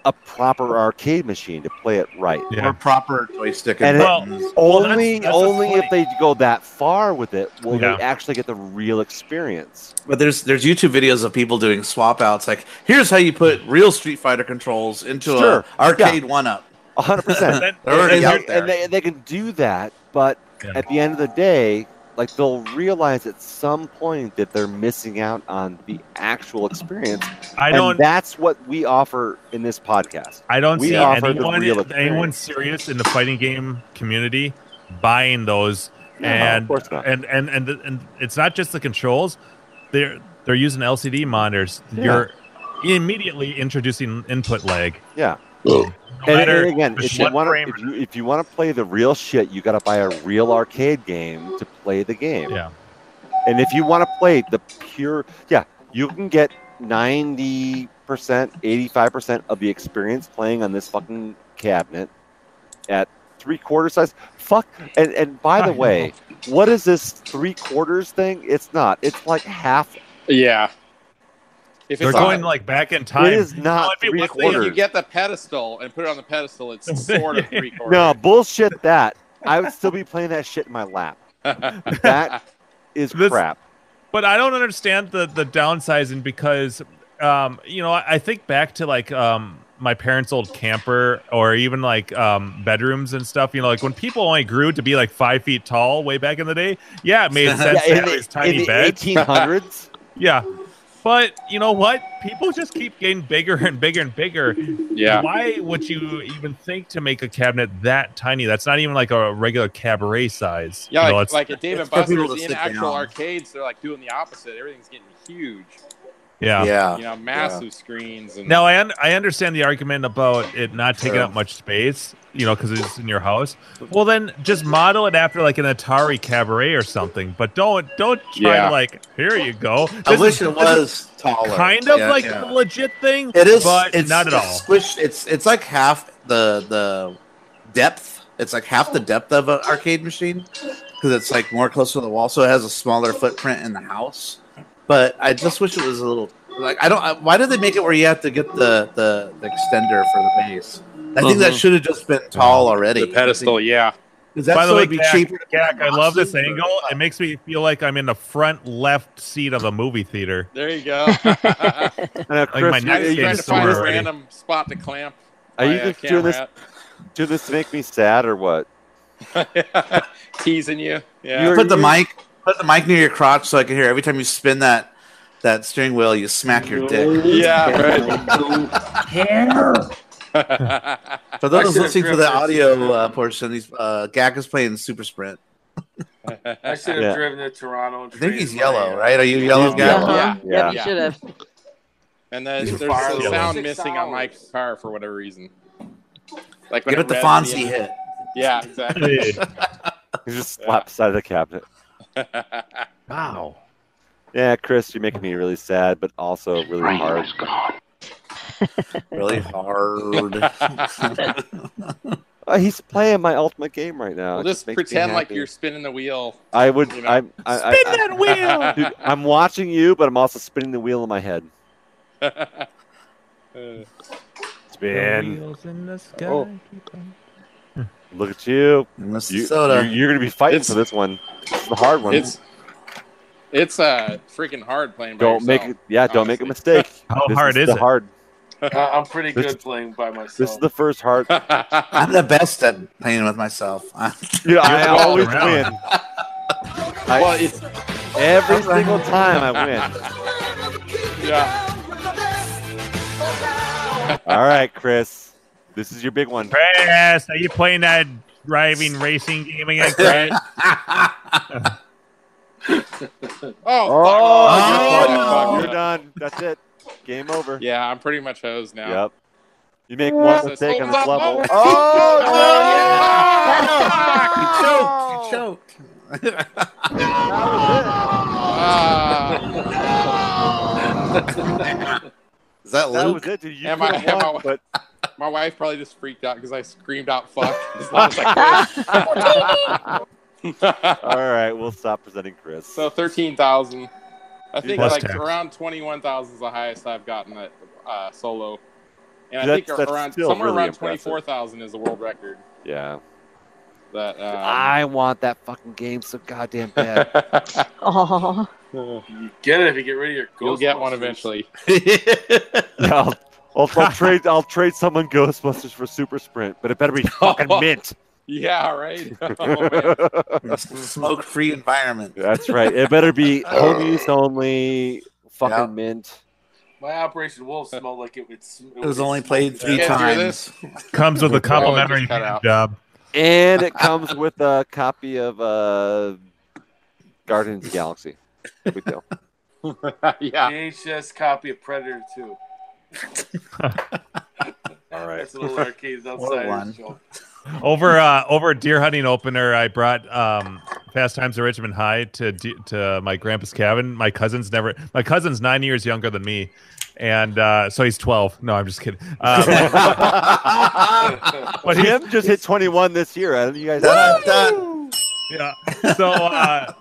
a proper arcade machine to play it right. Yeah. or proper joystick And and, it- buttons. Well, that's- only that's the only if point. they go that far with it will Yeah. they actually get the real experience. but there's there's YouTube videos of people doing swap outs. Like here's how you put real Street Fighter controls into Sure, a arcade one up. 100%. Then- They're already and, out they- there. and they, they can do that, but Yeah. at the end of the day, like they'll realize at some point that they're missing out on the actual experience, I and don't. that's what we offer in this podcast. I don't we see offer the anyone real anyone experience. serious in the fighting game community buying those. No, of and, course not. and and and the, and it's not just the controls. They're they're using LCD monitors. Yeah. You're immediately introducing input lag. Yeah. No And, matter and again, if just you what want frame- if you, if you want to play the real shit, you got to buy a real arcade game to play the game. Yeah. And if you want to play the pure, yeah, you can get 90%, 85% of the experience playing on this fucking cabinet at three quarter size. Fuck. And, and by the way, what is this three quarters thing? It's not. It's like half. Yeah. If They're not- going like back in time. It is Well, not if it three was If you quarters. get the pedestal and put it on the pedestal, it's sort of three quarters. No, bullshit that. I would still be playing that shit in my lap. That is This- crap. but I don't understand the the downsizing because um you know I, I think back to like um my parents' old camper or even like um bedrooms and stuff. You know, like when people only grew to be like five feet tall way back in the day. Yeah, it made sense to in have the, these tiny in the beds. 1800s, Yeah. But you know what? People just keep getting bigger and bigger and bigger. yeah. Why would you even think to make a cabinet that tiny? That's not even like a regular cabaret size. Yeah, you know, like, it's, like at Dave it's and for people Buster's, to in sit actual down. arcades, they're like doing the opposite. Everything's getting huge. yeah. Ah, Yeah. You know, massive screens. And Now I un- I understand the argument about it not taking Sure. up much space, you know, because it's in your house. Well, then just model it after like an Atari cabaret or something, but don't don't try Yeah. to like here you go. I This wish is- it this is was taller. kind of Yeah, like yeah. a legit thing. it is, but it's not at it's all. Squished, it's it's like half the the depth. It's like half the depth of an arcade machine because it's like more close to the wall, so it has a smaller footprint in the house. But I just wish it was a little like I don't. I, why did they make it where you have to get the the, the extender for the base? I think that should have just been tall already. the pedestal, yeah. Does that By the soy way, be Kak, cheaper? to Kak, I love this Or- angle. It makes me feel like I'm in the front left seat of a movie theater. There you go. And, uh, my Chris, you- I next you was game trying to just find is do a somewhere. this- random spot to clamp. Are you my, uh, just doing this? camera do this to make me sad or what? at. Teasing you. Yeah. You're- Put the you- mic. Put the mic near your crotch so I can hear. Every time you spin that that steering wheel, you smack your dick. Yeah, right. Hair. For those should've listening to driven the it. audio uh, portion, these uh, Gak is playing Super Sprint. I should have Yeah. driven to Toronto. And I think he's traded yellow, my, uh, right? Are you yellow, Yeah. Gak? Uh-huh. Yeah. Yep, you Yeah. should have. and then He's there's fired. a sound Six missing on my hours. car for whatever reason. Like when Give it the read Fonzie hit. Yeah, exactly. Hey, You just slap side of the cabinet. wow. Yeah, Chris, you're making me really sad, but also really hard. Really hard. Uh, he's playing my ultimate game right now. Well, It just makes me pretend like happy. you're spinning the wheel. I would. you know. I'm. I, I, I, Spin that wheel. Dude, I'm watching you, but I'm also spinning the wheel in my head. Uh, Spin. in the sky. Oh. Look at you. Minnesota. You, are going to be fighting It's- for this one. This is the hard one. it's it's uh freaking hard playing. By don't make yourself. it. Yeah, don't make a honestly. mistake. How This hard is the it? Hard. I- I'm pretty This- good playing by myself. This is the first hard. I'm the best at playing with myself. You know, I You're all always win. around. I- well, it's, every single time I win. yeah. All right, Chris. This is your big one. Chris, are you playing that driving racing game again, Chris? Oh, Oh, fuck. you're, done. Fuck, fuck, You're fuck. done. That's it. Game over. Yeah, I'm pretty much hosed now. Yep. You make one Yes. mistake on this Oh, level. oh, Oh, Oh. You choked. You choked. Ah, Is that that Luke? was it, dude. You Am I- could've am I- won, but my wife probably just freaked out because I screamed out "fuck" as loud as Ah. I could. all right, we'll stop presenting Chris. so thirteen thousand. I think Plus like tax. around twenty-one thousand is the highest I've gotten at uh, solo, and I That's- think that's around still somewhere really around impressive. twenty-four thousand is the world record. yeah, That um, I want that fucking game so goddamn bad. Oh, You get it if you get rid of your. you'll get one Ghostbusters. eventually. yeah, I'll, I'll, I'll trade. I'll trade someone Ghostbusters for Super Sprint, but it better be Oh, fucking mint. Yeah, right. Oh, man. Smoke free environment. That's right. It better be home use only. Fucking Yeah. mint. My Operation Wolf smelled like it would. sm- It was only played three Yeah, Yeah. times. through times. this. Comes with a complimentary just cut out. job. And it comes with a copy of uh, Guardians of the Galaxy. No Big deal. yeah. VHS copy of Predator 2. All right. That's a little arcade one. outside. joke. over uh, over deer hunting opener, I brought um, Fast Times at Richmond High to d- to my grandpa's cabin. My cousin's never. My cousin's nine years younger than me, and uh, so he's twelve. No, I'm just kidding. Um, but he, Tim just hit 21 this year. I don't you guys. yeah. So, uh,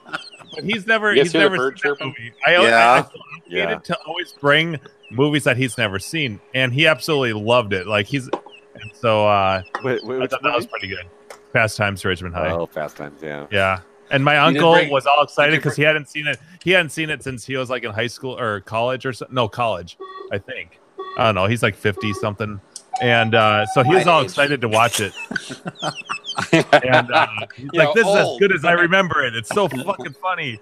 but he's never. You guys he's hear the never bird seen that chirping? movie. I, yeah. I, I Yeah. feel obligated Yeah. to always bring movies that he's never seen, and he absolutely loved it. Like he's, and so uh, Wait, wait, I which thought that was movie? pretty good. Fast Times at Richmond High. Oh, Fast Times. Yeah. Yeah. And my uncle bring- was all excited did you because he hadn't seen it. He hadn't seen it since he was like in high school or college or so. No, college, I think. I don't know. He's like 50 something. And uh, so he My was all age. excited to watch it. And uh, he's Yeah, like, this is as old. good as I remember it. It's so fucking funny.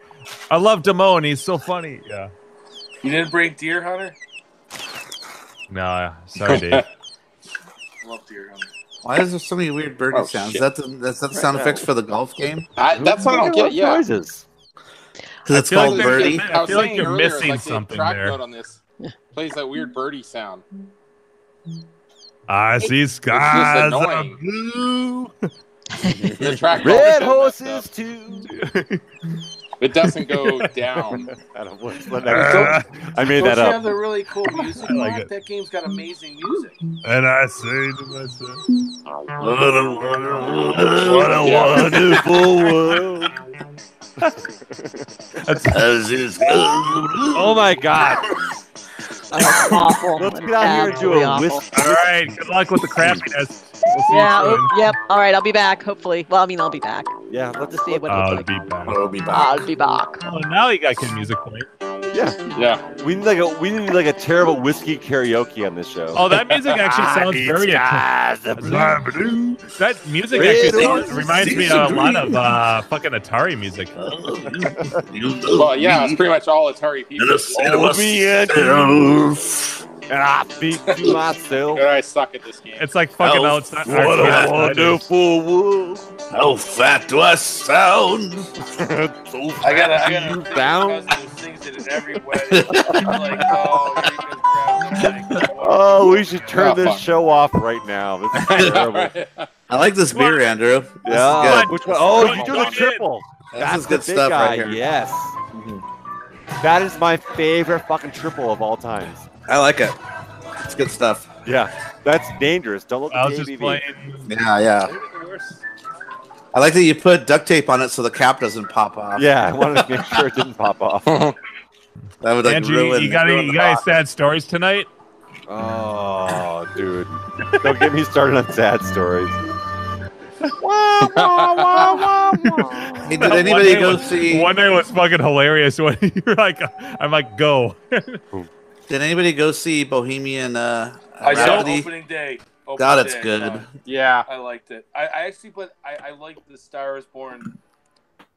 I love Damone. He's so funny. Yeah. You didn't bring Deer Hunter? No, sorry, Dave. Love Deer Hunter. Why is there so many weird birdie Oh, sounds? Is that shit. the, that's that the sound effects for the golf game? I, that's what I don't get. Yeah. Noises. Because it's feel like called there's- birdie. I I was feel like saying you're earlier, missing like, the something track there. note on this plays that weird birdie sound. I Ah, see skies of annoying. blue. The track note Red does that horses stuff. too. It doesn't go down. I don't know what's the Uh, next one. I made Don't that you up. have the really cool music? I like Mark? it. That game's got amazing music. And I say to myself, What a wonderful world. That's- Oh my god. Oh, that's awful. Let's get out here and do Absolutely a awful. whisk. All right. Good luck with the craftiness. We'll see Yeah. you soon. oop, Yep. All right. I'll be back. Hopefully. Well, I mean, I'll be back. Yeah, I'll let's just see what it I'll looks be like. back. Ah. I'll Uh, be back. I'll be back. Oh, now you got good music playing. Yeah. we need like a we need like a terrible whiskey karaoke on this show. Oh, that music actually sounds very. That music actually sounds, reminds me a lot of uh, fucking Atari music. Well, yeah, it's pretty much all Atari people. Hold me in, and I beat you myself. I suck at this game. It's like fucking Oh, outside. what arcade a outside. Wonderful world, How fat do I sound? so I gotta, I gotta You think bound? my husband sings it at every wedding. I'm like, oh, here he goes, grabs it, like, Oh, we should turn Oh, this fuck. show off right now. This is All terrible. right. I like this beer, Andrew. This is yeah. good. Which one? Oh, Come you do on the in. triple. good. This That's is good the big stuff guy. right here. Yes. That is my favorite fucking triple of all times. I like it. It's good stuff. Yeah, that's dangerous. Don't look I at was the just ABV. playing. Yeah, yeah. I like that you put duct tape on it so the cap doesn't pop off. Yeah, I wanted to make sure it didn't pop off. That would like Andrew, ruin. you got ruin any, the you got any box. sad stories tonight? Oh, dude. Don't get me started on sad stories. Wah, wah, wah, wah, wah. Hey, did anybody One go night was- see? One night was fucking hilarious when you're like, I'm like, go. Did anybody go see Bohemian? Uh, I saw Rhapsody? opening day. Opening God, it's day, good. uh, Yeah. I liked it. I, I actually, but I, I liked The Star Is Born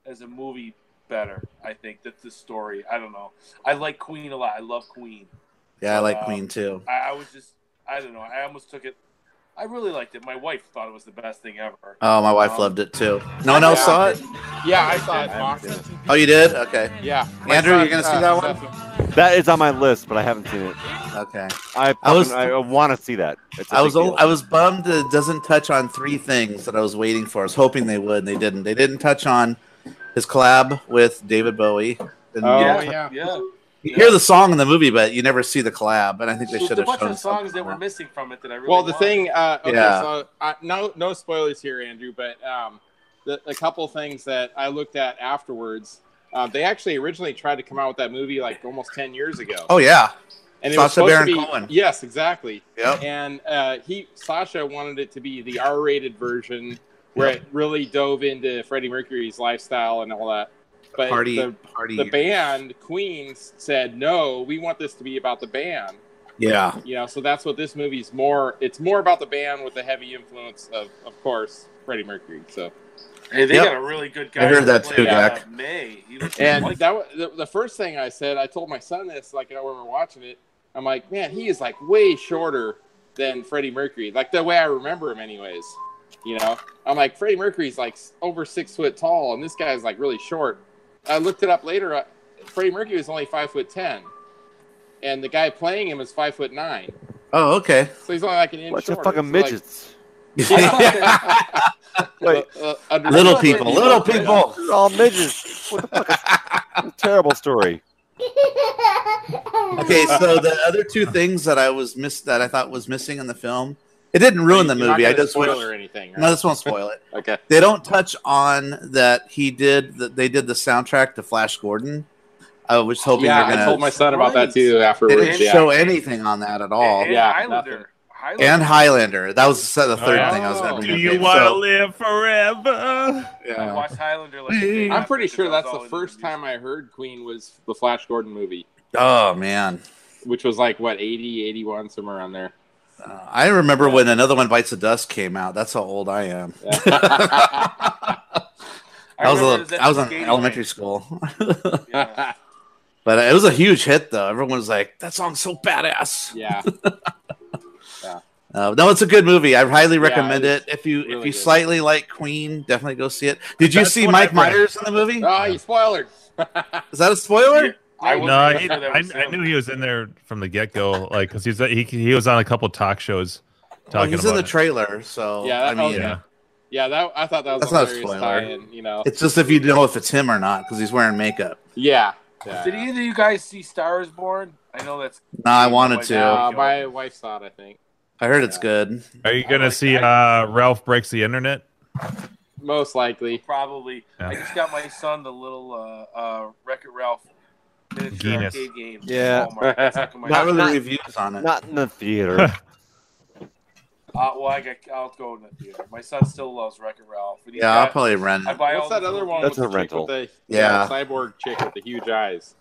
as a movie better. I think that's the story. I don't know. I like Queen a lot. I love Queen. Yeah, I like Um, Queen too. I, I was just, I don't know. I almost took it. I really liked it. My wife thought it was the best thing ever. Oh, my wife um, loved it too. No one else saw it. Yeah, I saw it. I Fox. haven't seen Oh, you did? Okay. Yeah. Andrew, My you're gonna son, see that one? Seth- That is on my list, but I haven't seen it. Okay. I I was- fucking- I, want to see that. It's a I big was o- deal. I was bummed that it doesn't touch on three things that I was waiting for. I was hoping they would, and they didn't. They didn't touch on his collab with David Bowie. Didn't- Oh, Yeah, yeah. yeah. yeah. You hear the song in the movie, but you never see the collab. And I think they There's should a have bunch shown of songs that something. were missing from it that I really Well, the wanted. thing. Uh, okay, Yeah. So, uh, no, no spoilers here, Andrew. But um, the, a couple things that I looked at afterwards. Uh, they actually originally tried to come out with that movie like almost ten years ago. Oh yeah, and Sacha supposed Baron Cohen. Yes, exactly. yep. and uh, he Sasha wanted it to be the R-rated version where it really dove into Freddie Mercury's lifestyle and all that. But Party, the, party. the band Queen said no, we want this to be about the band. yeah, You know, so that's what this movie's more. It's more about the band with the heavy influence of, of course, Freddie Mercury. So Hey, they Yep. got a really good guy. I heard who that played, too, uh, Jack. May. He looks And like that was the, the first thing I said. I told my son this, like, you know, when we we're watching it, I'm like, man, he is like way shorter than Freddie Mercury, like the way I remember him, anyways. You know, I'm like, Freddie Mercury's like s- over six foot tall, and this guy's like really short. I looked it up later. uh, Freddie Mercury was only five foot ten, and the guy playing him is five foot nine, Oh okay. so he's only like an inch. Bunch of shorter. fucking So, like- midgets. Uh, Wait, uh, under- little people, little people. this is all midgets. What the fuck? is- terrible story. Okay, so the other two things that I was missed that I thought was missing in the film, it didn't ruin the You're not movie. I gonna just spoil wish- or anything. no, Right? this won't spoil it. Okay. They don't touch on that he did that they did the soundtrack to Flash Gordon. I was hoping yeah, they're gonna. I told my son about that Right. too they afterwards. didn't yeah. show anything on that at all. And Yeah, nothing. Highlander. Highlander. And Highlander. That was the third Oh, yeah. thing I was going to Do bring Do up. you Dave. want to So- live forever? I watched Highlander like. I'm pretty sure that's the first time I heard Queen was the Flash Gordon movie, Oh man, which was like what 80, 81, somewhere around there. Uh, I remember when another one bites the dust came out. That's how old I am. I was a little, I was in elementary school, yeah. but it was a huge hit though. Everyone was like, "That song's so badass." yeah. Uh, no, it's a good movie. I highly Yeah, recommend it's it. If you if really you good. slightly like Queen, definitely go see it. Did you That's see what I Mike read. Myers in the movie? Oh, you spoiled. Is that a spoiler? Oh, Yeah. I No, wasn't I, sure that I, was I him. knew he was in there from the get go, like because he's he he was on a couple talk shows Well, talking he's about in the it. trailer, so Yeah, that- I mean, okay. yeah. yeah, that I thought that was That's a not a hilarious spoiler. tie-in. You know. it's just if you know if it's him or not because he's wearing makeup. Yeah. yeah. Did either of you guys see Star is Born? I know that's. No, I wanted to. Uh, my wife saw it, I think. I heard it's good. Are you gonna like see that. uh, Ralph breaks the internet? Most likely. Probably. Yeah. I just got my son the little uh, uh, Wreck It Ralph And it's your Guinness. arcade game. Yeah. Walmart. It's not gonna- Not really not- reviews on it. Not in the theater. Uh, well, I got, I'll go in the theater. My son still loves Wreck-It Ralph. and he's yeah, I'll got- probably rent I it. buy all What's that the- other one? That's with a the chick rental. With the, Yeah. the cyborg chick with the huge eyes.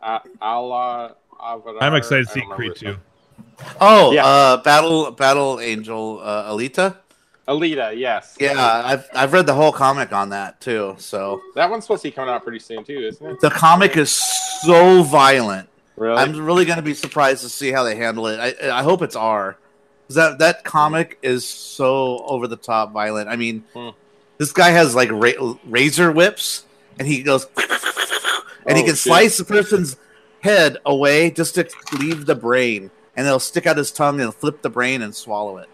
Uh, a la Avatar. I'm excited to I see don't remember Creed his name. too. Oh, Yeah. uh, Battle Battle Angel uh, Alita. Alita, yes. Yeah, I've I've read the whole comic on that too. So That one's supposed to be coming out pretty soon too, isn't it? the comic is so violent. Really? I'm really going to be surprised to see how they handle it. I I hope it's R. 'Cause That that comic is so over the top violent. I mean, Hmm. this guy has like ra- razor whips, and he goes, and he Oh, can shit. slice the person's head away just to leave the brain, and it'll stick out his tongue and flip the brain and swallow it.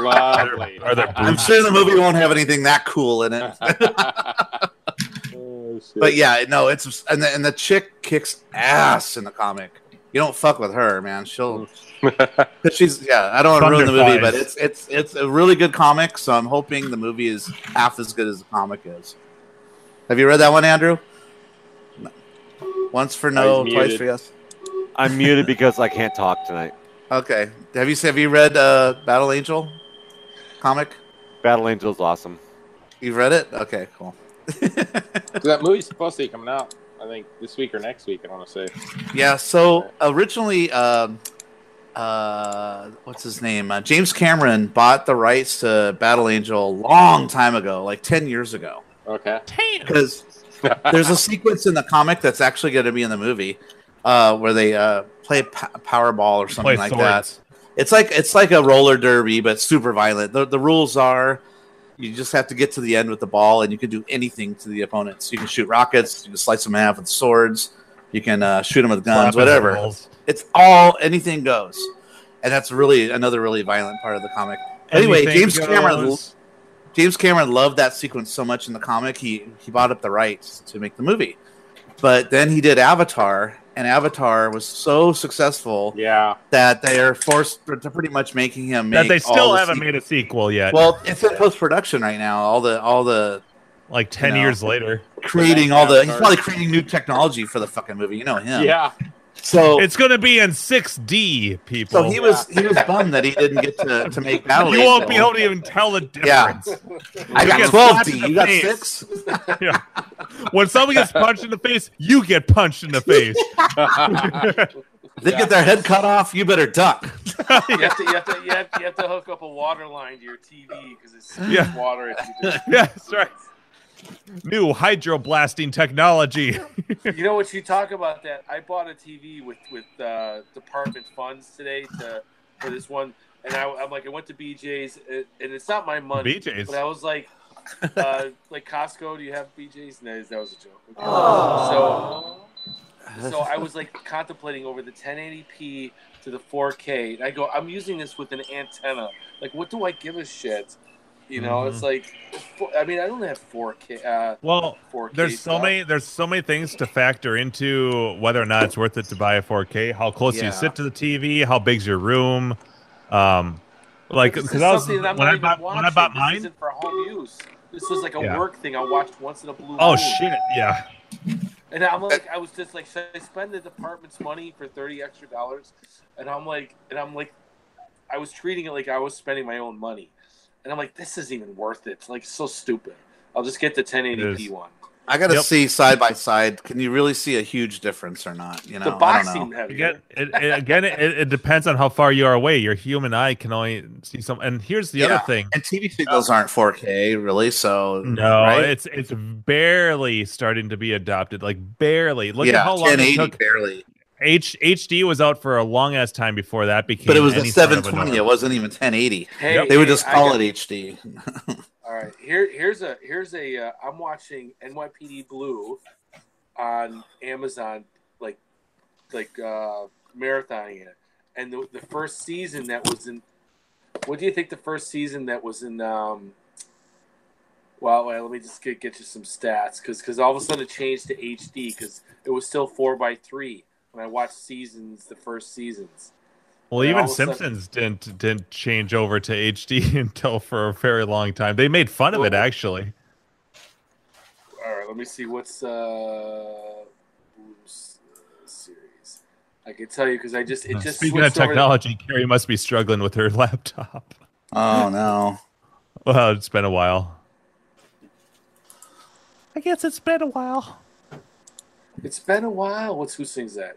Lovely. Are there Hmm. I'm sure the movie won't have anything that cool in it. Oh, shit. But yeah, no, it's and the, and the chick kicks ass in the comic. You don't fuck with her, man. She'll cause she's yeah. I don't want to ruin the Thunder movie, thighs. but it's it's it's a really good comic. So I'm hoping the movie is half as good as the comic is. Have you read that one, Andrew? No. Once for no, Oh, he's twice muted. for yes. I'm muted because I can't talk tonight. Okay. Have you have you read uh, Battle Angel comic? Battle Angel's awesome. You've read it? Okay, cool. So that movie's supposed to be coming out, I think, this week or next week, I want to say. Yeah. So originally, um, uh, what's his name? Uh, James Cameron bought the rights to Battle Angel a long time ago, like ten years ago, Okay. because there's a sequence in the comic that's actually going to be in the movie uh, where they uh, play p- Powerball or something Play like that. swords. It's like it's like a roller derby, but super violent. The, the rules are. You just have to get to the end with the ball, and you can do anything to the opponents. You can shoot rockets, you can slice them in half with swords, you can uh, shoot them with guns, Slapping whatever balls. it's all anything goes and that's really another really violent part of the comic Anyway, Anything James Cameron- goes. james cameron loved that sequence so much in the comic he he bought up the rights to make the movie but then he did avatar and avatar was so successful Yeah. that they are forced to pretty much making him make that they all still the haven't sequ- made a sequel yet. well it's in post-production right now all the all the like ten no. years later, creating all the he's Avatar. probably creating new technology for the fucking movie you know him Yeah. so it's gonna be in 6D. so People, he was he was bummed that he didn't get to, to make battle you won't be Angel. able to even tell the Yeah. difference. i You got get 12 slapped d in the you got face. six When someone gets punched in the face, you get punched in the face. They Yeah. get their head cut off. You better duck. You have to, you have to, you have, you have to hook up a water line to your TV because it's Yeah. water. If you just, yeah, that's right. New hydroblasting technology. you know what you talk about that? I bought a TV with with uh, department funds today to for this one, and I, I'm like, I went to BJ's, and and it's not my money, BJ's. but I was like. uh, like Costco, do you have BJ's? No, that was a joke. So, so I was like contemplating over the 1080p to the 4K. And I go, I'm using this with an antenna. Like, what do I give a shit? You know, it's like, I mean, I don't have 4K. Uh, Mm-hmm. Well, 4K there's so stuff. many there's so many things to factor into whether or not it's worth it to buy a 4K. How close Yeah. you sit to the TV, how big's your room, um, like This is because I was when something that I'm I not bought even when I bought watching. This mine. isn't for home use. This was like a Yeah. work thing I watched once in a blue. Oh moon. shit! Yeah, And I'm like, I was just like, should I spend the department's money for thirty extra dollars? And I'm like, and I'm like, I was treating it like I was spending my own money, and I'm like, this isn't even worth it. It's like so stupid. I'll just get the It 1080p is. one. I gotta Yep. see side by side. Can you really see a huge difference or not? You know, I the don't boxing know. heavy. again, it, it, again, it, it depends on how far you are away. Your human eye can only see some. And here's the Yeah. other thing: And TV signals aren't 4K really, so No, right? it's it's barely starting to be adopted. Like barely. Look yeah, at how long it 1080 took. barely. H- HD was out for a long ass time before that became. But it was a any sort of a 720. It norm. wasn't even 1080. Hey, Yep. They would just hey, I call got- it HD. All right, here here's a here's a uh, I'm watching NYPD Blue on Amazon like like uh marathoning it. And the, the first season that was in What do you think the first season that was in um well, wait, let me just get, get you some stats cuz cuz all of a sudden it changed to HD cuz it was still 4 by 3 when I watched seasons the first seasons. Well, Yeah, even all of a sudden- Simpsons didn't didn't change over to HD until for a very long time. They made fun of it Well- actually. All right, let me see what's uh Blue's series. I can tell you because I just it just Speaking of switched over to- technology, Carrie must be struggling with her laptop. Oh no. Well, it's been a while. I guess it's been a while. It's been a while. What's who sings that?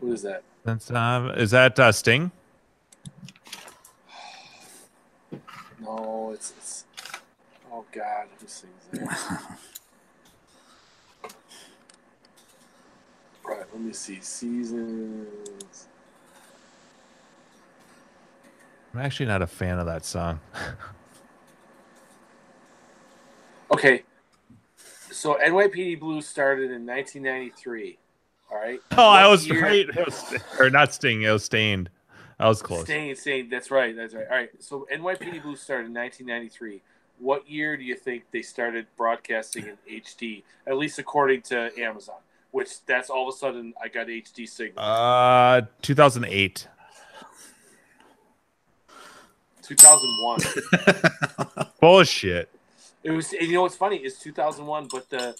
Who is that? That's, uh, is that uh, Sting? No, it's, it's oh god, who sings that? right, let me see seasons. I'm actually not a fan of that song. Okay, so NYPD Blue started in 1993. All right. Oh, I What was year- right. It was- or not Sting. It was Stained. I was close. Stain, Stain. That's right. That's right. All right. So NYPD Blue started in 1993. What year do you think they started broadcasting in HD? At least according to Amazon, which that's all of a sudden I got HD signal. Uh, 2008. 2001. Bullshit. it was. And you know what's funny is 2001, but the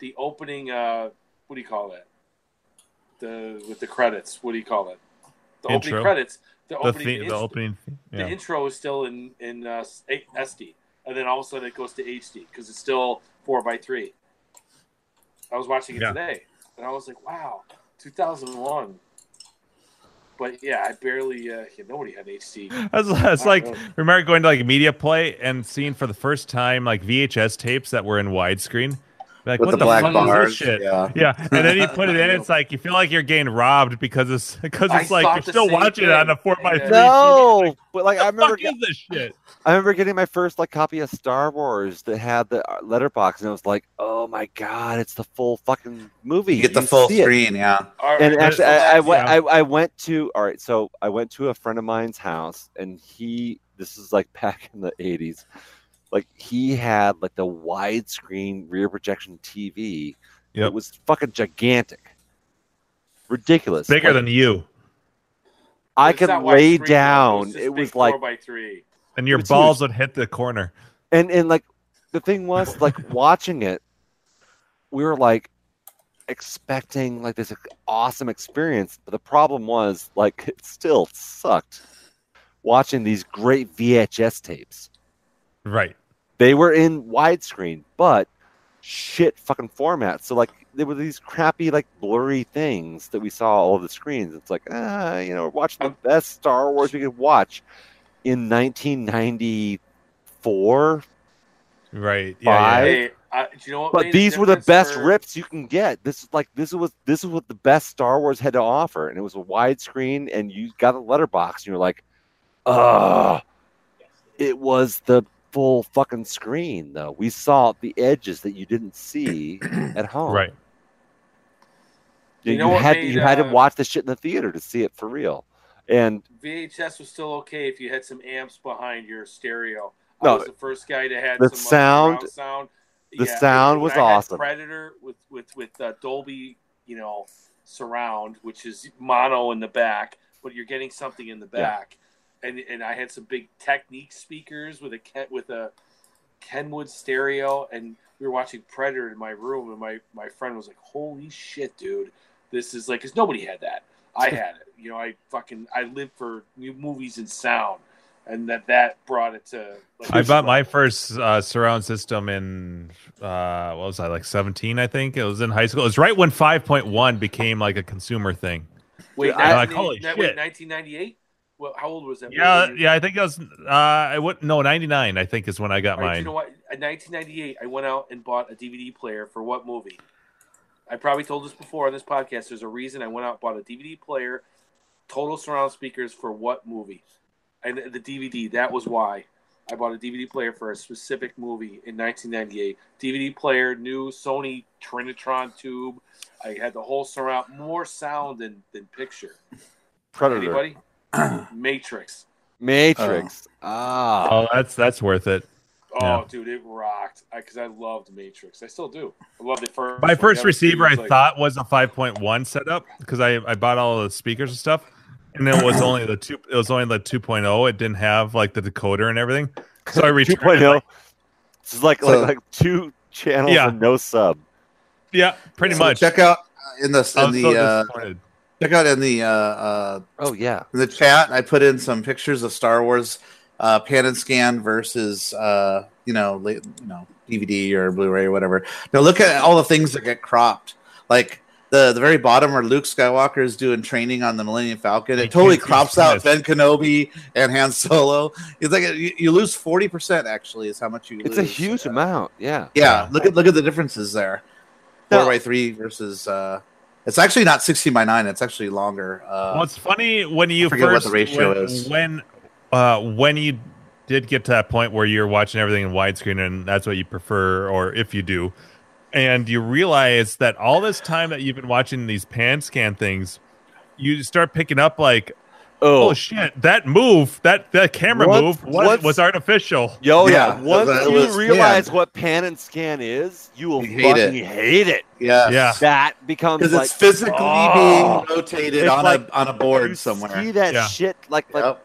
the opening. Uh, what do you call that? The with the credits. What do you call it? The Intro. opening credits. The The, opening. theme, inst- the opening. theme, the Yeah. intro is still in in uh, s- A- SD, and then all of a sudden it goes to HD because it's still four by three. I was watching it Yeah. today, and I was like, "Wow, 2001." But yeah, I barely. Uh, yeah, nobody had HD. That's, that's like remember going to like media play and seeing for the first time like VHS tapes that were in widescreen. Like With what the black fuck is this bars. shit? Yeah. Yeah, and then you put it in. It's like you feel like you're getting robbed because it's because I it's like thought you're the still same watching it on a thing. four by three. No, but like I remember, Fuck is this shit? I remember getting my first like copy of Star Wars that had the uh, letterbox, and I was like, "Oh my god, it's the full fucking movie." You get the full see it. screen, yeah. All And right, actually, so I, I, that's- went, yeah. I, I went to all right. So I went to a friend of mine's house, and he this is like back in the eighties, like he had like the widescreen rear projection TV. Yep. It was fucking gigantic, ridiculous. Bigger Like, than you, I it's could not widescreen, lay though. down. just It big was like four by three. and your It's huge. balls would hit the corner. and and like the thing was like watching it we were like expecting like this awesome experience but the problem was like it still sucked watching these great vhs tapes Right. they were in widescreen but shit fucking format so like there were these crappy like blurry things that we saw all over the screens it's like ah you know we're watching the best star wars we could watch in 1994 Right. Yeah. yeah, yeah. Hey, I, do you know what? but made a these were the difference best for- rips you can get. This is like this was this is what the best Star Wars had to offer, and it was a widescreen, and you got a letterbox, and you're like, ah, it was the full fucking screen though. We saw the edges that you didn't see at home. Right. You, You know you what had made, you had to uh, watch the shit in the theater to see it for real. And VHS was still okay if you had some amps behind your stereo. No. I was the first guy to have The some sound- like, surround sound. the sound when was I had awesome. Predator with with with uh, Dolby, you know, surround, which is mono in the back, but you're getting something in the Yeah. back. And and I had some big Technique speakers with a Ken, with a Kenwood stereo, and we were watching Predator in my room, and my my friend was like, "Holy shit, dude!" this is like because nobody had that. I had it. You know, I fucking I lived for new movies and sound, and that that brought it to. Like, I bought my first uh, surround system in uh, what was I like 17? I think it was in high school. It was right when 5.1 became like a consumer thing. wait. I- like, 19- uh, holy that- shit. wait, 1998. Well, how old was that? Yeah, Were you- yeah. I think it was. Uh, I would no 99. I think is when I got All right, you mine. know what? In 1998, I went out and bought a DVD player for what movie? I probably told this before on this podcast. There's a reason I went out and bought a DVD player, total surround speakers for what movie? And the DVD, that was why I bought a DVD player for a specific movie in 1998. DVD player, new Sony Trinitron tube. I had the whole surround, more sound than, than picture. Predator, Anybody? Matrix. Matrix, ah, Oh, that's that's worth it. Oh, Yeah. dude, it rocked. Because I, loved Matrix. I still do. I love the first. My one. first Yeah, receiver, it I was like- thought, was a 5.1 setup because I, I bought all the speakers and stuff, and it was only the two. It was only the 2.0. It Oh, didn't have like the decoder and everything. So I returned. it, 2.0. like, This is oh. like So- like, like two channels Yeah. and no sub. Yeah, pretty So much. Check out in the in I'm the so uh, disappointed. check out in the uh, uh, Oh yeah. in the chat. I put in some pictures of Star Wars uh, pan and scan versus uh, you know la- you know DVD or Blu-ray or whatever. Now look at all the things that get cropped. Like the the very bottom where Luke Skywalker is doing training on the Millennium Falcon. I It totally can't crops see out this. Ben Kenobi and Han Solo. It's like you, you lose forty percent. Actually, is how much you. It's a lose. huge Uh, amount. Yeah. Yeah, look at look at the differences there. Four Now- by three versus. uh It's actually not sixteen by nine. It's actually longer. well, Uh, it's funny when you forget what first the ratio when, is. when uh when you did get to that point where you're watching everything in widescreen and that's what you prefer or if you do and you realize that all this time that you've been watching these pan scan things you start picking up like oh, shit that move that that camera What- move was, what's- was artificial Yo, yeah. Yeah, Once that you was- realize what pan and scan is, you will You hate it. fucking hate it. yeah, yeah That becomes because like it's physically oh, being rotated it's on like- a on a you board somewhere. See that Yeah. shit? Like, like Yep,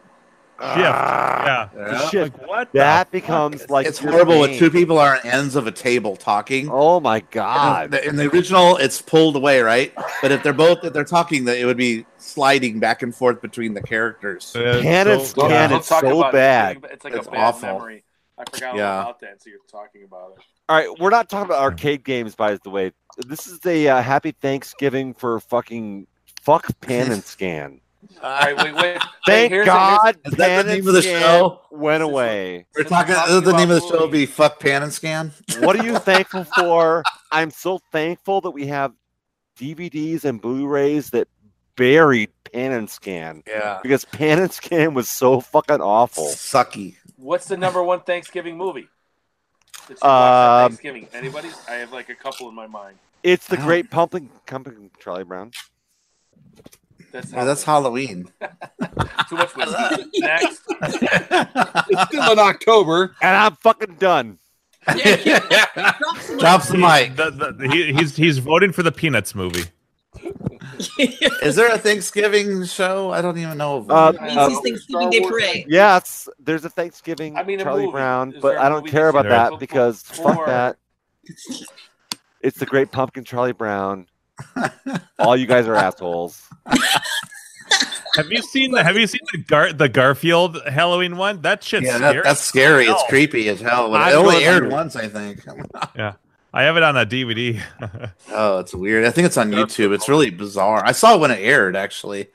ah, yeah yeah. shit. like what the That becomes like it's your horrible when main. two people are on ends of a table talking. Oh my In god. the, in the original, it's pulled away, right? But if they're both if they're talking, that it would be sliding back and forth between the characters. Uh, Canon so- scan Don't is talk so about it. bad. It's like a It's bad awful. memory. I forgot all Yeah. about that, so you're talking about it. All right, we're not talking about arcade games, by the way. This is a uh, happy Thanksgiving for fucking fuck Pan and Scan. All right, wait, wait. Thank here's a- here's- God Is that the Pan name and of the Scan show? went This is away. We're Since we're talking. talking the name of about the show would be movies. "Fuck Pan and Scan." what are you thankful for? I'm so thankful that we have DVDs and Blu-rays that buried Pan and Scan Yeah, because Pan and Scan was so fucking awful. sucky. What's the number one Thanksgiving movie? That you watched on Um, Thanksgiving. Anybody? I have like a couple in my mind. It's the I don't- Great Pumpkin, Pumpkin Charlie Brown. That's Yeah, that's Halloween. too much whiskey. Next, It's still in October. And I'm fucking done. Drops the mic. the, the, he, he's he's voting for the Peanuts movie. Is there a Thanksgiving show? I don't even know. Of Uh, one. uh, Um, These things Thanksgiving Day Parade. Yes, there's a Thanksgiving I mean, a Charlie movie. Brown, Is but there a I don't movie care that about you that vote because fuck for? that. It's the Great Pumpkin Charlie Brown. All you guys are assholes. Have you seen the Have you seen the Gar the Garfield Halloween one? That shit's yeah, that, scary. that's scary. It's No. creepy as hell. I'm It only going aired under. once, I think. I have it on a DVD. Oh, it's weird. I think it's on YouTube. It's really bizarre. I saw it when it aired, actually.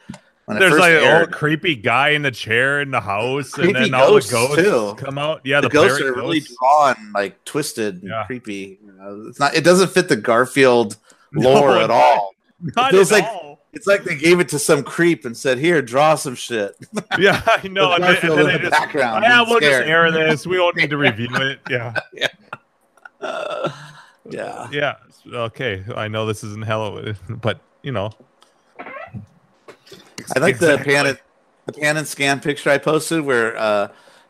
When it There's first like an aired, old creepy guy in the chair in the house, and Creepy then all the ghosts, ghosts too. come out. Yeah, the, the, ghosts pirate are really ghosts. drawn, like twisted and Yeah. creepy. You know, It's not. It doesn't fit the Garfield lore No, at all. Not feels at like- all. It's like they gave it to some creep and said, "Here, draw some shit." Yeah, I know. With And then, and Garfield in then they the just, background, yeah, being we'll just scared." air this. We won't need to review it. Yeah, Uh, yeah. yeah. Okay, I know this isn't Halloween, but you know, I like Exactly. the pan and, the pan and scan picture I posted where uh,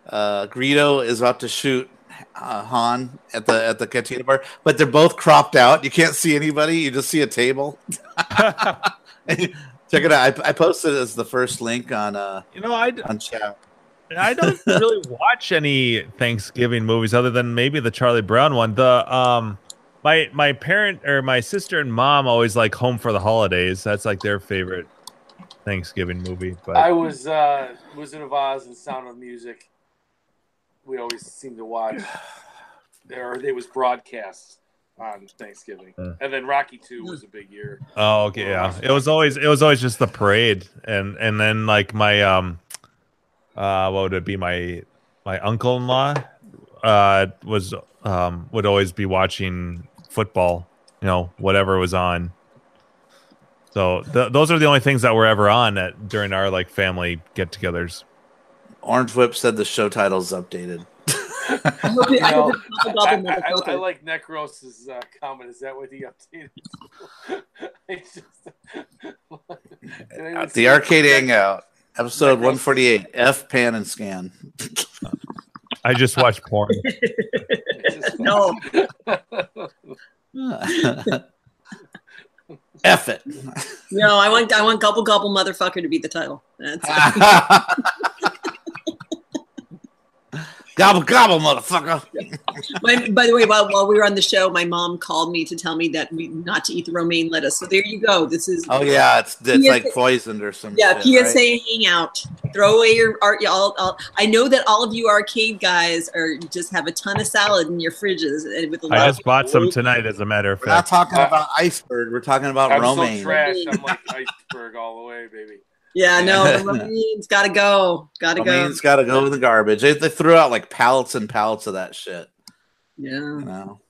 uh, Greedo is about to shoot uh, Han at the at the cantina bar, but they're both cropped out. You can't see anybody. You just see a table. Check it out. I, I posted it as the first link on uh, you know, I on chat. I don't really watch any Thanksgiving movies other than maybe the Charlie Brown one. The um my my parent or my sister and mom always like Home for the Holidays. That's like their favorite Thanksgiving movie. But I was uh, Wizard of Oz and Sound of Music. We always seem to watch, or it was broadcast on Thanksgiving, Hmm. Uh. and then Rocky Two was a big year. oh okay, yeah. It was always it was always just the parade and and then like my um uh what would it be my my uncle in law uh was um would always be watching football, you know, whatever was on. So th- those are the only things that were ever on at, during our like family get-togethers. Orange Whip said the show title's updated. I hope it, I No. hope it's not I, goblin I- I- I motherfucker. like Necros's uh, comment. Is that what he updated? it's just, Uh, the arcade hangout episode one forty eight. F pan and scan. I just watched porn. No, F it. no, I want I want gobble gobble motherfucker to be the title. That's gobble gobble, motherfucker! My, by the way, while, while we were on the show, my mom called me to tell me that we not to eat the romaine lettuce. So there you go. This is Oh yeah, it's it's PSA like poisoned or some. yeah, shit, right? PSA hangout. Throw away your art. Y'all, all, I know that all of you arcade guys are just have a ton of salad in your fridges and with a lot. I of just bought some tonight, as a matter of We're not fact. talking about iceberg. We're talking about I'm romaine. so trash. I'm like iceberg all the way, baby. yeah, no, the romaine's got to go. Got to go. Romaine's got to go in the garbage. They, they threw out like pallets and pallets of that shit. Yeah, You know?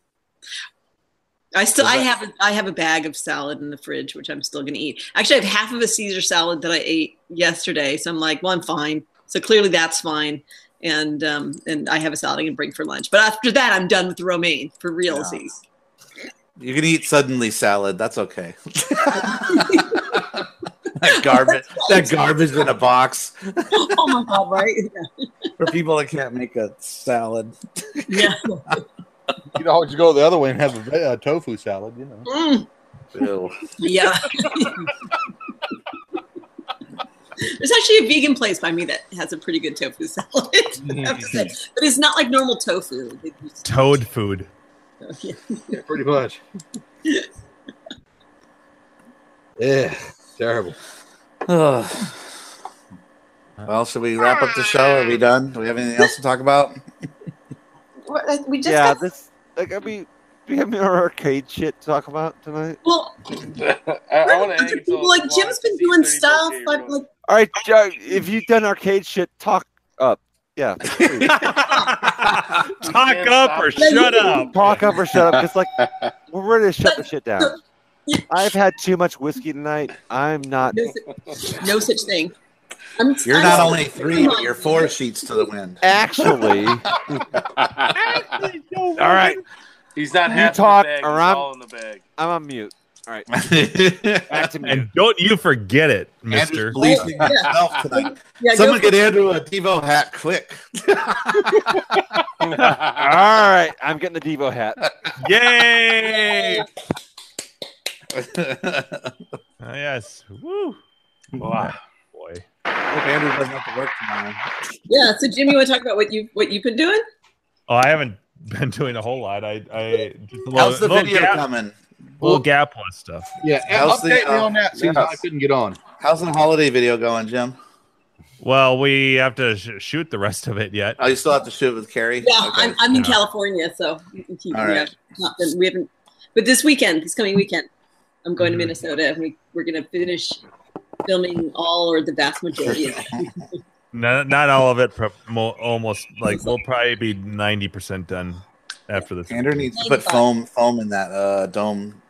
I still Is I that- have a, I have a bag of salad in the fridge, which I'm still going to eat. Actually, I have half of a Caesar salad that I ate yesterday, so I'm like, well, I'm fine. So clearly that's fine. And um, and I have a salad I can bring for lunch. But after that, I'm done with the romaine for realsies. You can eat suddenly salad. That's okay. that garbage. that garbage in a box oh my god, right? for people that can't make a salad. Yeah. You know, always go the other way and have a ve- uh, tofu salad. You know, Mm, Ew. yeah. There's actually a vegan place by me that has a pretty good tofu salad. I have to say. But it's not like normal tofu. They just- Toad food. yeah. yeah, pretty much. yeah, terrible. Ugh. well, should we wrap up the show? Are we done? Do we have anything else to talk about? What- uh, We just yeah, got- this like I mean, we have more arcade shit to talk about tonight. well, I, I want to other people like Jim's been doing stuff. But like, All right, Joe, if you've done arcade shit, talk up. Yeah, please. Talk up or shut up. talk up or shut up. Just like we're ready to shut the shit down. Yeah. I've had too much whiskey tonight. I'm not. no, su- no such thing. I'm, You're I'm not so- only three, but you're four sheets to the wind. Actually, you All right. He's not You half talk in the bag. around- He's all in the bag. I'm on mute. Back to mute. And don't you forget it, Andrew's mister. policing Yeah. himself tonight. Yeah, go Someone for get Andrew a Devo hat quick. All right, I'm getting the Devo hat. Yay! Oh, yes. Woo. Wow. Boy. Hope Andrew doesn't have to work tomorrow. it. yeah. So Jim, you want to talk about what you what you've been doing? Oh, I haven't been doing a whole lot. I, I just a little, How's the little video gap, coming? little gap was stuff. Yeah, How's the, update me uh, on that. Seems yes. I couldn't get on. How's the holiday video going, Jim? Well, we have to sh- shoot the rest of it yet. Oh, you still have to shoot with Carrie? Yeah, I'm, I'm in Yeah. California, so you can keep- All we, right. have not been, we haven't. But this weekend, this coming weekend, I'm going Mm-hmm. Mhm. to Minnesota. and We we're gonna finish filming all or the vast majority. of it. Not, not all of it, but mo- almost like we'll probably be 90% done after this. Andrew needs to put foam foam in that uh, dome,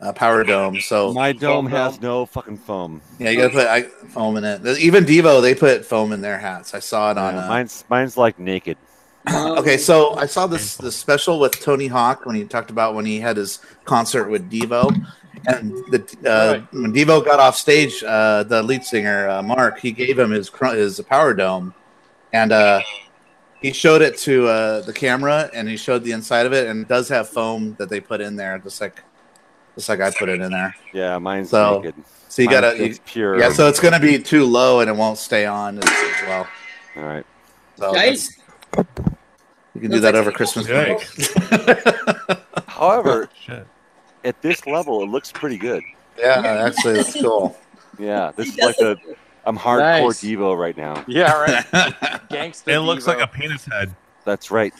uh, power dome. So My dome foam has no fucking foam. yeah, you gotta put I, foam in it. Even Devo, they put foam in their hats. I saw it on. Yeah, uh, mine's mine's like naked. Okay, so I saw this this special with Tony Hawk when he talked about when he had his concert with Devo, and the uh, Right. when Devo got off stage, uh, the lead singer uh, Mark he gave him his cr- his power dome, and uh, he showed it to uh, the camera and he showed the inside of it and it does have foam that they put in there just like just like I put it in there. Yeah, mine's So, naked. So you Mine's gotta you, just pure. yeah, so it's gonna be too low and it won't stay on as, as well. All right. So Nice. that's- You can do that over Christmas break. However, Shit. at this level, it looks pretty good. Yeah, actually, that's cool. Yeah, this He is like does the look I'm hardcore Nice. Devo right now. yeah, right. That's Gangster. It looks Devo. like a penis head, That's right.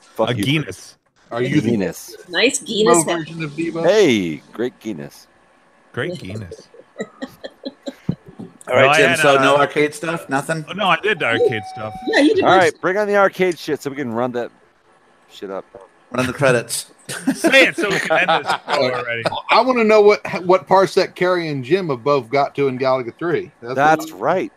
Fuck a you. genus. Are you the Guinness. nice Guinness. Devo version of Devo? Hey, great Guinness. Great genus. All right, No, I Jim. had, so uh, no arcade stuff, nothing. Oh, no, I did arcade stuff. Yeah, you did. All right, bring on the arcade shit so we can run that shit up. Run the credits. Say it so we can end this show already. I want to know what what parts that Carrie and Jim have both got to in Galaga Three. That's, That's right.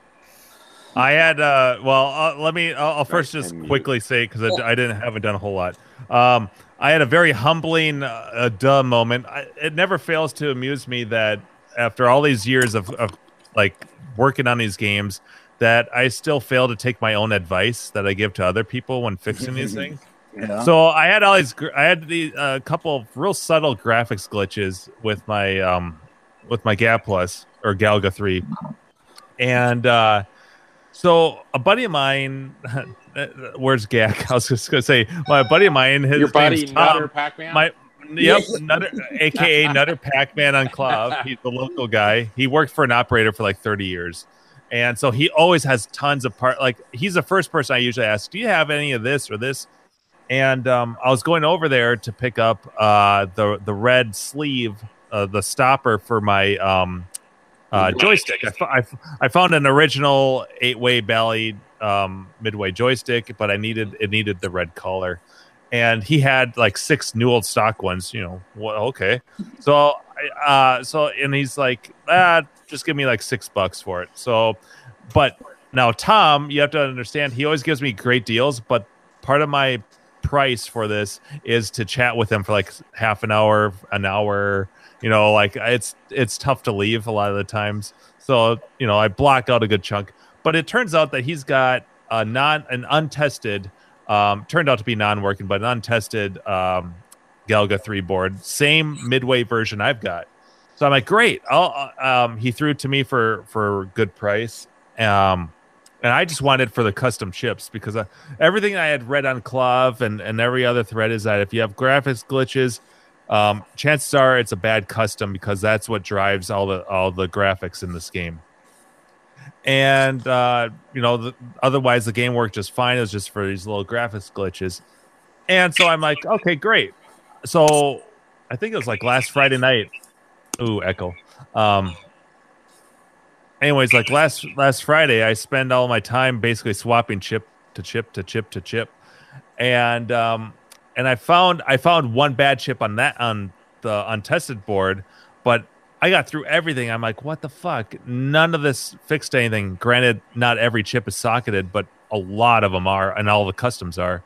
I had uh well uh, let me I'll, I'll first Right, just and you- quickly say because I, I didn't haven't done a whole lot. Um, I had a very humbling uh, uh, duh moment. I, it never fails to amuse me that after all these years of, of like working on these games, that I still fail to take my own advice that I give to other people when fixing these things. Yeah. So I had all these. gr- I had the a couple of real subtle graphics glitches with my um with my Gap Plus or Galga three, and uh, so a buddy of mine uh, where's Gak? I was just gonna say my buddy of mine. His Your buddy name's Tom. Nutter Pac-Man? My yep, Nutter, aka Nutter Pac-Man on Club. He's the local guy. He worked for an operator for like 30 years, and so he always has tons of part. Like he's the first person I usually ask, "Do you have any of this or this?" And um, I was going over there to pick up uh, the the red sleeve, uh, the stopper for my um, uh, joystick. I, fo- I, f- I found an original eight way belly um, midway joystick, but I needed it needed the red color, and he had like six new old stock ones. You know, well, okay, so I- uh, so and he's like, ah, just give me like six bucks for it. So, but now Tom, you have to understand, he always gives me great deals, but part of my price for this is to chat with him for like half an hour, an hour. You know, like it's it's tough to leave a lot of the times. So you know, I block out a good chunk. But it turns out that he's got a non an untested, um, turned out to be non working, but an untested um, Galga three board, same midway version I've got. So I'm like, great. I'll, uh, um, he threw it to me for for a good price. Um, and I just wanted for the custom chips because I, everything I had read on Clove and, and every other thread is that if you have graphics glitches, um, chances are it's a bad custom because that's what drives all the all the graphics in this game. And uh, you know, the, otherwise the game worked just fine. It was just for these little graphics glitches. And so I'm like, okay, great. So I think it was like last Friday night. Ooh, echo. Um, anyways, like last last Friday, I spend all my time basically swapping chip to chip to chip to chip, and um, and I found I found one bad chip on that on the untested board, but I got through everything. I'm like, what the fuck? None of this fixed anything. Granted, not every chip is socketed, but a lot of them are, and all the customs are.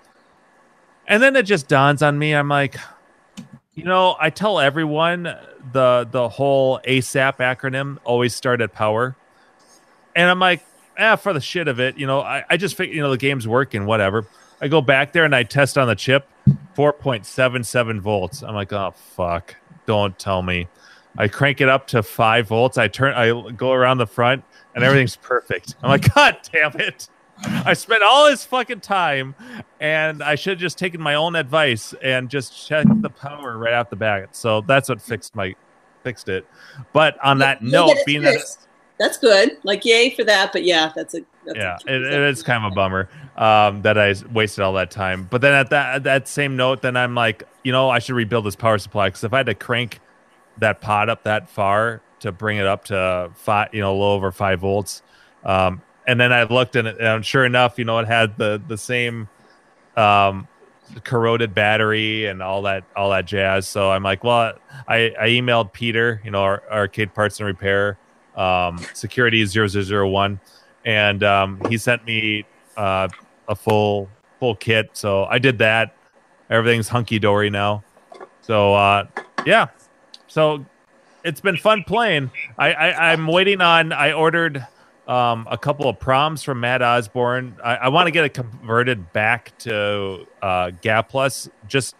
And then it just dawns on me. I'm like, you know, I tell everyone the the whole ASAP acronym always start at power, and I'm like, ah, for the shit of it, you know, I, I just figure, you know, the game's working, whatever. I go back there and I test on the chip, four point seven seven volts. I'm like, oh fuck, don't tell me. I crank it up to five volts. I turn, I go around the front, and everything's perfect. I'm like, god damn it. I spent all this fucking time, and I should have just taken my own advice and just checked the power right off the bat. So that's what fixed my fixed it. But on that You'll note, get it being that fixed. that's good. Like yay for that, but yeah, that's a that's yeah, a, it, it is kind of a bummer um, that I wasted all that time. But then at that at that same note, then I'm like, you know, I should rebuild this power supply because if I had to crank that pod up that far to bring it up to five, you know, a little over five volts, um, and then I looked and, it, and sure enough, you know, it had the the same um, corroded battery and all that all that jazz. So I'm like, well, I, I emailed Peter, you know, our, our arcade parts and repair um, security 0001, and um, he sent me uh, a full full kit. So I did that. Everything's hunky dory now. So uh, yeah, so it's been fun playing. I, I I'm waiting on. I ordered um, a couple of proms from Matt Osborne. I, I want to get it converted back to uh, Gap Plus, just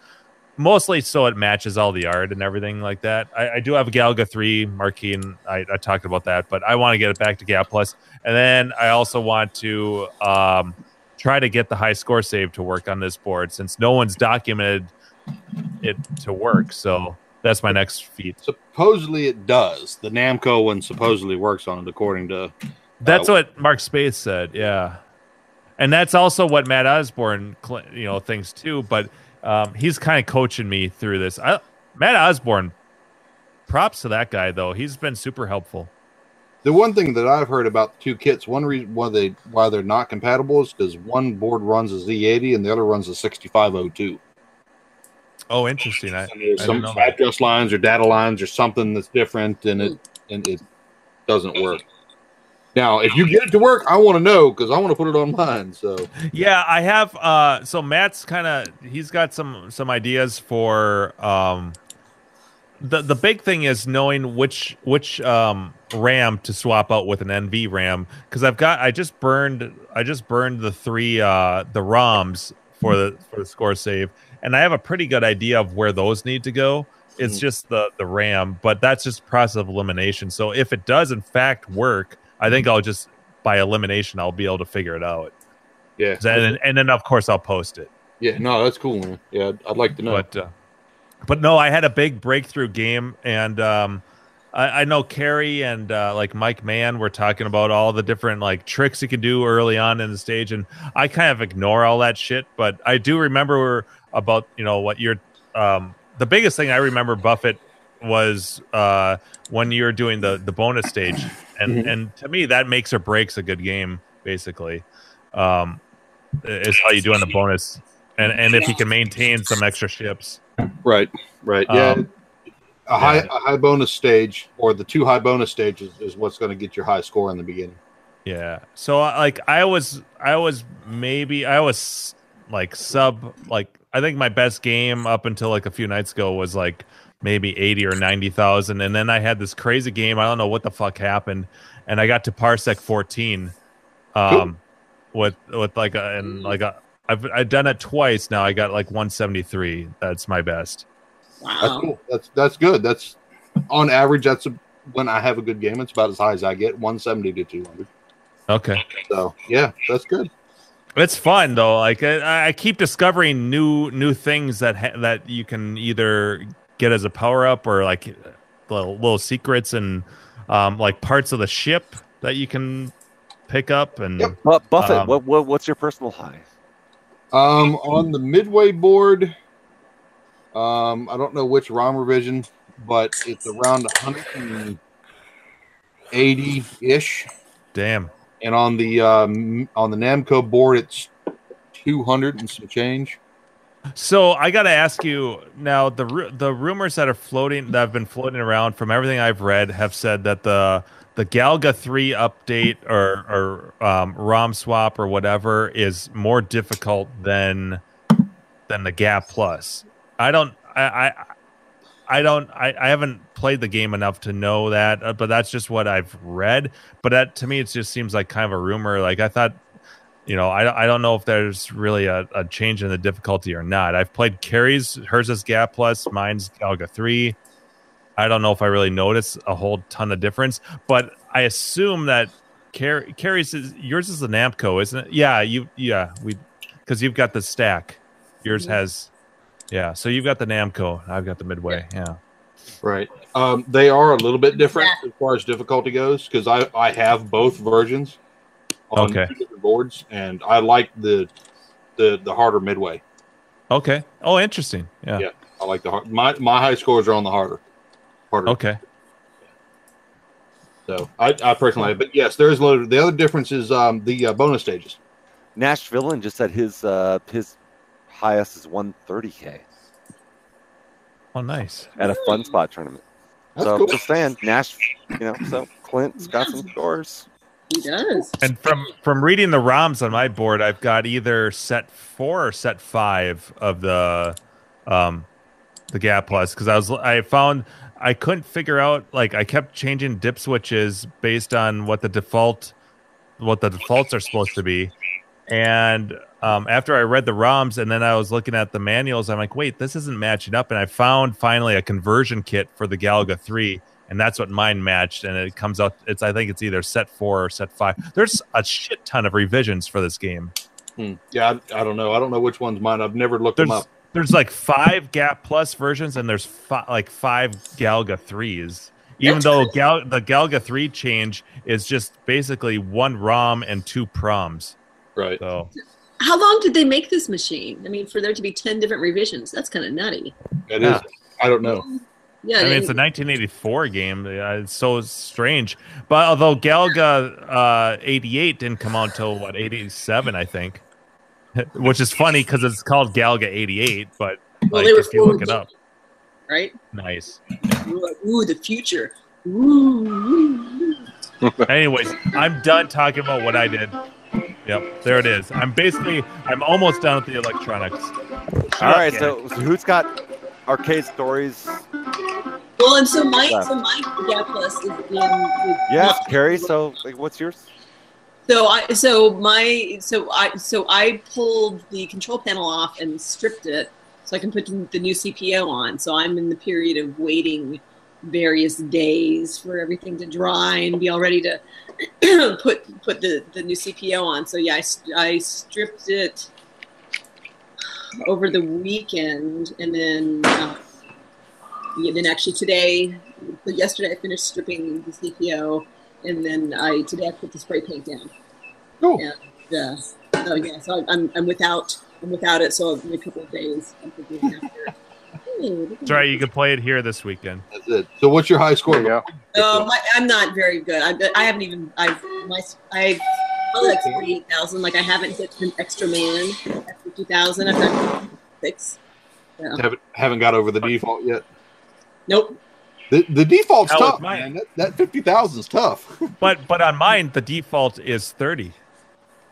mostly so it matches all the art and everything like that. I, I do have a Galaga 3 marquee, and I, I talked about that, but I want to get it back to Gap Plus. And then I also want to um, try to get the high score save to work on this board since no one's documented it to work. So that's my next feat. Supposedly it does. The Namco one supposedly works on it, according to. That's Uh, what Mark Space said, yeah, and that's also what Matt Osborne, cl- you know, thinks too. But um, he's kind of coaching me through this. I, Matt Osborne, props to that guy though. He's been super helpful. The one thing that I've heard about the two kits, one reason why they why they're not compatible is because one board runs a Z80 and the other runs a 6502. Oh, interesting. I, I And there's didn't some know that. address lines or data lines or something that's different, and it and it doesn't work. Now, if you get it to work, I want to know because I want to put it on mine. So Yeah, I have. Uh, so Matt's kind of he's got some some ideas for um, the the big thing is knowing which which um, RAM to swap out with an NV RAM because I've got I just burned I just burned the three uh, the ROMs for the for the score save and I have a pretty good idea of where those need to go. It's just the the RAM, but that's just process of elimination. So if it does in fact work, I think I'll just by elimination I'll be able to figure it out. Yeah. Then, and then of course I'll post it. Yeah, no, that's cool, man. Yeah, I'd- I'd like to know. But uh, but no, I had a big breakthrough game, and um, I, I know Carrie and uh, like Mike Mann were talking about all the different like tricks you can do early on in the stage, and I kind of ignore all that shit, but I do remember about you know what you're. Um, the biggest thing I remember Buffett was uh, when you were doing the the bonus stage, and Mhm. and to me that makes or breaks a good game, basically. Um, is how you do on the bonus, and and if you can maintain some extra ships. Right, right. Yeah. Um, a high a high bonus stage or the two high bonus stages is what's going to get your high score in the beginning. Yeah. So I- like I was I was maybe I was like sub like I think my best game up until like a few nights ago was like maybe 80 or 90,000 and then I had this crazy game I don't know what the fuck happened and I got to parsec 14 um with with like a and like a I've I've done it twice now I got like 173 that's my best. That's cool. That's that's good. That's on average. That's when I have a good game. It's about as high as I get, one seventy to two hundred. Okay. So yeah, that's good. It's fun though. Like I, I keep discovering new new things that ha- that you can either get as a power up or like little, little secrets and um, like parts of the ship that you can pick up and But Buffett, Um, what, what what's your personal high? Um, on the midway board, um, I don't know which ROM revision, but it's around one hundred and eighty ish. damn. and on the um, on the Namco board, it's two hundred and some change. So I got to ask you now the ru- the rumors that are floating that have been floating around from everything I've read have said that the the Galga 3 update or or um, ROM swap or whatever is more difficult than than the Gap Plus. I don't I I, I don't I, I haven't played the game enough to know that, uh, but that's just what I've read. But that to me it just seems like kind of a rumor. Like I thought you know, I, I don't know if there's really a, a change in the difficulty or not. I've played Carrie's, hers is Gap Plus, mine's Galga 3. I don't know if I really notice a whole ton of difference, but I assume that Car- Carrie's is yours is the Namco, isn't it? Yeah, you, yeah, we, because you've got the stack. Yours has, yeah, so you've got the Namco, I've got the Midway. Yeah. Right. Um, they are a little bit different as far as difficulty goes because I I have both versions on Okay. two different boards, and I like the the the harder midway. Okay. Oh, interesting. Yeah. Yeah, I like the hard. My my high scores are on the harder. Harder. Okay. So I, I personally, but yes, there is a little. The other difference is um, the uh, bonus stages. Nash Villain just said his uh, his highest is 130k Oh, nice. at a fun spot tournament. That's so cool. just saying, Nash, you know, so Clint's got some scores. He does. And from from reading the ROMs on my board, I've got either set four or set five of the um the gap plus because I was I found I couldn't figure out like I kept changing dip switches based on what the default what the defaults are supposed to be. And um, after I read the ROMs and then I was looking at the manuals, I'm like, wait, this isn't matching up. And I found finally a conversion kit for the Galaga 3, and that's what mine matched. And it comes out, it's I think it's either set four or set five. There's a shit ton of revisions for this game. Hmm. Yeah, I, I don't know. I don't know which one's mine. I've never looked There's them up. there's like five Gap Plus versions, and there's fi- like five Galga threes. Even though Gal- the Galga three change is just basically one ROM and two proms. Right. So How long did they make this machine? I mean, for there to be 10 different revisions, that's kind of nutty. It is. Yeah. I don't know. Yeah. I mean, and- it's a 1984 game. Yeah, It's so strange. But although Galga uh, 88 didn't come out until what 87, I think, which is funny because it's called Galga 88. But Well, like, they were if you look forward it up, right? nice. You were like, Ooh, the future. Ooh, ooh, ooh. Anyways, I'm done talking about what I did. Yep, there it is. I'm basically, I'm almost done with the electronics. All right, Okay. so who's got arcade stories? Well, and so my, Yeah. so my Gap Plus is in. With, Yes, Carrie. So like, what's yours? So I so my so I so I pulled the control panel off and stripped it so I can put the new CPO on. So I'm in the period of waiting various days for everything to dry and be all ready to put put the, the new CPO on. So yeah, I, s- I stripped it over the weekend and then uh, yeah, then actually today, but yesterday I finished stripping the CPO and then I today I put the spray paint down. Cool. And, uh, oh yeah, so I'm, I'm without I'm without it. So in a couple of days, I'm thinking after. Hmm, look at Sorry, you can play it here this weekend. That's it. So what's your high score? Oh, my, I'm not very good. I, I haven't even. I've my I probably like forty-eight thousand. Like I haven't hit an extra man at fifty thousand. I've got six. Yeah. Haven't haven't got over the default yet. Nope. The, the default's Hell, it's tough, man. That, that fifty thousand's tough. But but on mine, the default is thirty,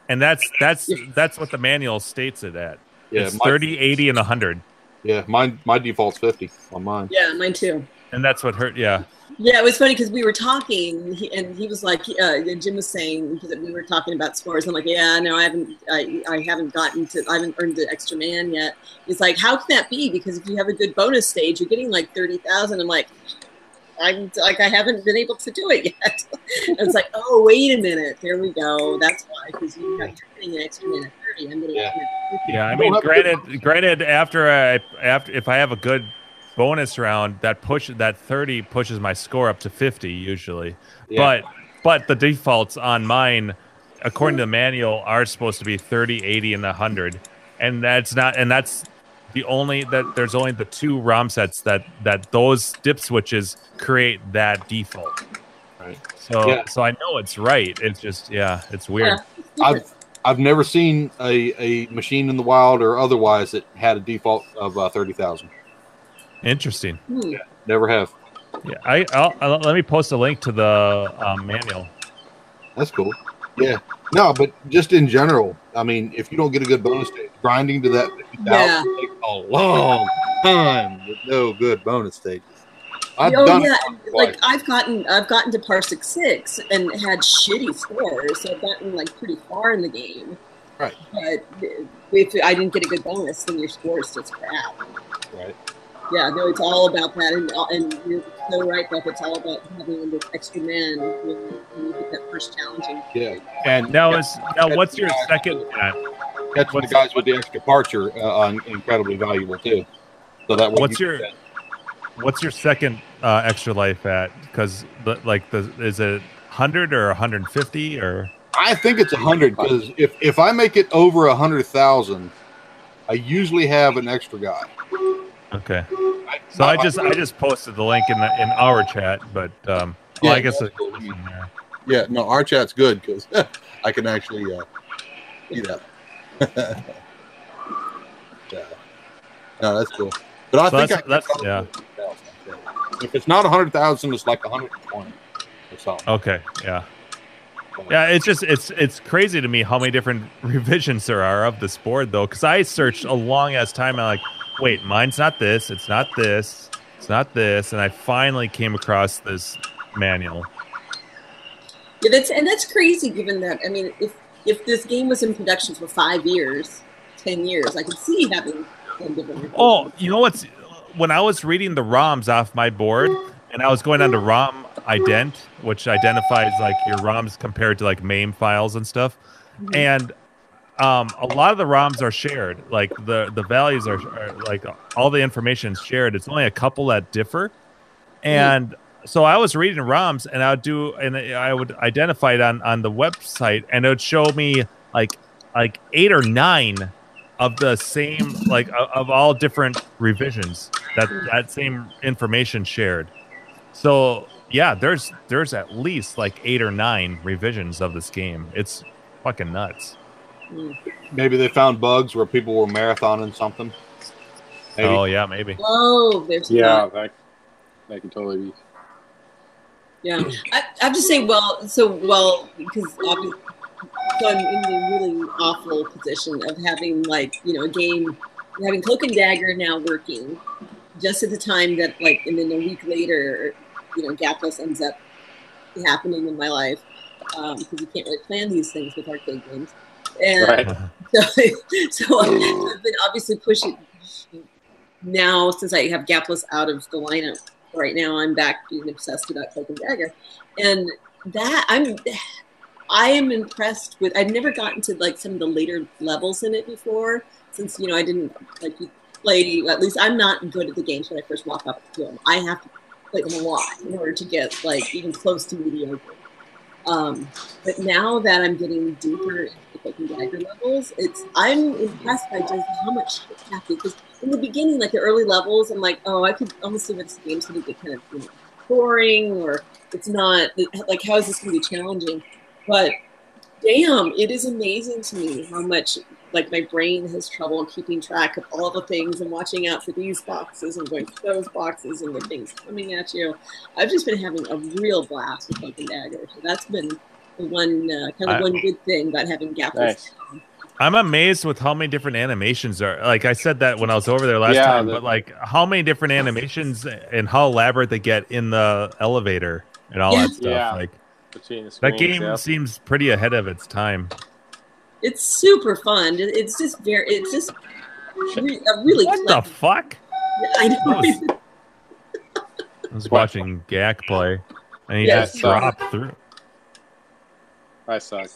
and that's that's that's what the manual states it at. Yeah, it's my- 30, 80, and hundred, Yeah, mine my default's fifty on mine. Yeah, mine too. and that's what hurt. Yeah, Yeah, it was funny because we were talking, and he, and he was like, uh, Jim was saying that we were talking about scores. I'm like, yeah, no, I haven't, I, I haven't gotten to, I haven't earned the extra man yet. He's like, how can that be? Because if you have a good bonus stage, you're getting like thirty thousand. I'm like, I'm like, I haven't been able to do it yet. and it's like, oh, wait a minute, there we go. That's why because you got- you're getting an extra man at thirty. I'm getting yeah. yeah. I mean, granted, granted, after I after if I have a good bonus round, that push that thirty pushes my score up to fifty usually. Yeah. But but the defaults on mine, according to the manual, are supposed to be 30, 80, and hundred, and that's not and that's the only that there's only the two ROM sets that that those dip switches create that default. Right. So Yeah. so I know it's right. It's just yeah, it's weird. I've I've never seen a, a machine in the wild or otherwise that had a default of uh, thirty thousand. Interesting. Hmm. Never have. Yeah, I I'll, I'll, let me post a link to the um, manual. That's cool. Yeah. No, but just in general, I mean, if you don't get a good bonus stage, grinding to that fifty Yeah. thousand takes a long time with no good bonus stages. I've oh done yeah, it and, twice. like I've gotten I've gotten to Parsec six and had shitty scores, so I've gotten like pretty far in the game. Right. But if I didn't get a good bonus, then your score is just crap. right. Yeah, no, it's all about that, and uh, and you're so right, Buff. It's all about having the extra man when when you get that first challenging. Yeah. And Now is now Catch what's the your guys- second? yeah, Catching the what's- guys with the extra parts are uh, un- incredibly valuable too. So that way What's you- your- What's your second uh, extra life at? Because like the is it hundred or hundred and fifty or I think it's a hundred because if if I make it over a hundred thousand, I usually have an extra guy. okay? So Uh, I just I just posted the link in the, in our chat, but um, well, I Yeah, guess that's it's cool. it's in there. yeah no our chat's good because I can actually uh, you know yeah. no that's cool. But I So think that's- I that's- yeah. If it's not a hundred thousand, it's like a hundred and twenty or something. Okay, yeah. Yeah, it's just it's it's crazy to me how many different revisions there are of this board though, because I searched a long ass time and I'm like, wait, mine's not this, it's not this, it's not this, and I finally came across this manual. Yeah, that's and that's crazy. Given that, I mean, if if this game was in production for five years, ten years, I could see having. done different- Oh, you know what's when I was reading the ROMs off my board and I was going on to ROM ident, which identifies like your ROMs compared to like MAME files and stuff. Mhm. And um, a lot of the ROMs are shared. Like the the values are, are like all the information is shared. It's only a couple that differ. And so I was reading ROMs and I would do and I would identify it on on the website and it would show me like like eight or nine of the same like of, of all different revisions that that same information shared so yeah there's there's at least like eight or nine revisions of this game it's fucking nuts Maybe they found bugs where people were marathoning something. Maybe. oh yeah maybe Whoa, Oh, there's Yeah, that, that can totally be. Yeah, I, I have to say, well, so well because obvi- so I'm in the really awful position of having like you know a game, having Cloak and Dagger now working, just at the time that like, and then a week later, you know, Gapless ends up happening in my life because you can't really plan these things with arcade games, and Right. so, so I've been obviously pushing now since I have Gapless out of the lineup right now I'm back being obsessed about Cloak and Dagger, and that I'm I am impressed with. I've never gotten to like some of the later levels in it before, since you know I didn't like play. At least I'm not good at the games when I first walk up to them. I have to play them a lot in order to get like even close to mediocre. Um, but now that I'm getting deeper into the Cloak and Dagger levels, it's I'm impressed by just how much shit happens. Because in the beginning, like the early levels, I'm like, oh, I could almost see where this game's going to get kind of you know, boring, or it's not like how is this going to be challenging? But damn, it is amazing to me how much like my brain has trouble keeping track of all the things and watching out for these boxes and going to those boxes and the things coming at you. I've just been having a real blast with Cloak and Dagger. So that's been the one uh, kind of I- one good thing about having Gappers. Nice. I'm amazed with how many different animations are. Like I said that when I was over there last Yeah, time, the- but like how many different animations and how elaborate they get in the elevator and all that stuff. Yeah. Like Between the that screens, game yeah. seems pretty ahead of its time. It's super fun. It- It's just very. It's just re- a really. What the clever- fuck? I know. That I was watching Gak play, and he Yeah, just I saw dropped through. I suck.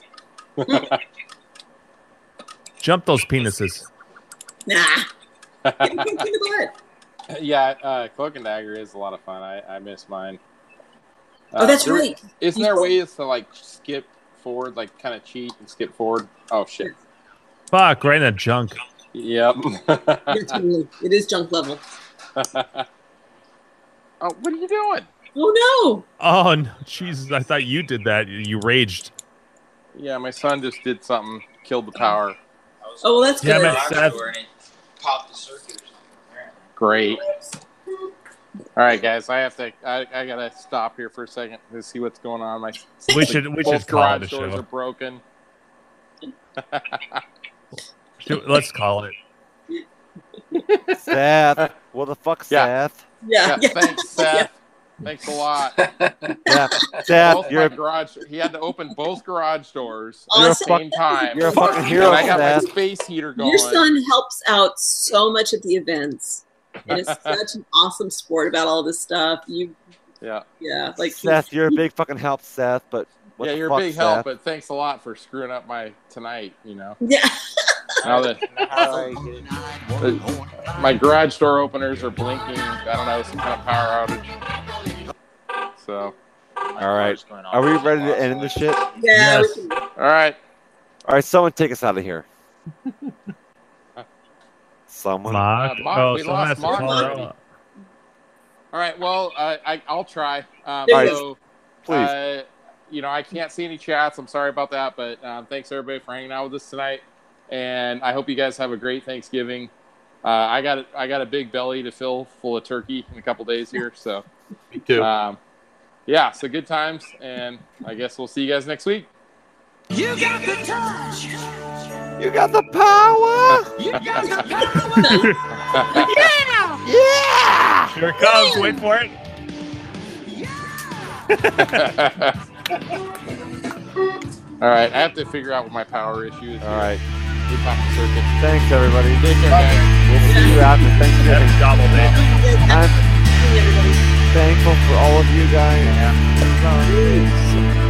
Jump those penises. Nah. Give me the butt. yeah, uh, Cloak and Dagger is a lot of fun. I, I miss mine. Uh, oh, that's there- right. Isn't there ways to like skip forward, like kind of cheat and skip forward? Oh shit. Fuck, right in the junk. Yep. Yeah, totally. It is junk level. oh, what are you doing? Oh Oh, no, Jesus. I thought you did that. You raged. Yeah, my son just did something, killed the power. no! Oh, well, that's Damn good. it, Seth. Pop the circuit or something. Great. All right, guys, I have to. I, I gotta stop here for a second to see what's going on. My We should we both should call it a garage doors are show. broken. Shoot, Let's call it. Seth. What the fuck, Yeah. Seth? Yeah. Yeah, yeah. thanks, Seth. Thanks a lot. Yeah, Seth, both you're my a, garage. He had to open both garage doors You're at the a fuck- same time. you're a fucking and hero, I got my Seth. space heater going. Your son helps out so much at the events, and is such an awesome sport about all this stuff. You, Yeah, yeah, like Seth, you're a big fucking help, Seth. But what yeah, the you're a fuck, big Seth? help, but thanks a lot for screwing up my tonight. You know, yeah. now that the- my garage door openers are blinking, I don't know some kind of power outage. So, All right. Are we ready to end this shit? All Yeah, Yes. we all right, right, someone take us out of here. Someone. Mock. Mock, oh, we someone lost has to Mock call it already. out. all right. Well, I, I I'll try. Um, right. so, Please. Uh, you know, I can't see any chats. I'm sorry about that, but um, thanks everybody for hanging out with us tonight, and I hope you guys have a great Thanksgiving. Uh, I got I got a big belly to fill full of turkey in a couple days here, so Me too. um, yeah. So good times, and I guess we'll see you guys next week. You got the touch. You got the power. You got the power. yeah. Yeah. Here it comes. Wait for it. All right, I have to figure out what my power issue is. All right. We're talking circuit. Thanks, everybody. Take care, guys. We'll see you after Thanksgiving. That's gobbled in. did. I'm Everybody. thankful for all of you guys. Peace.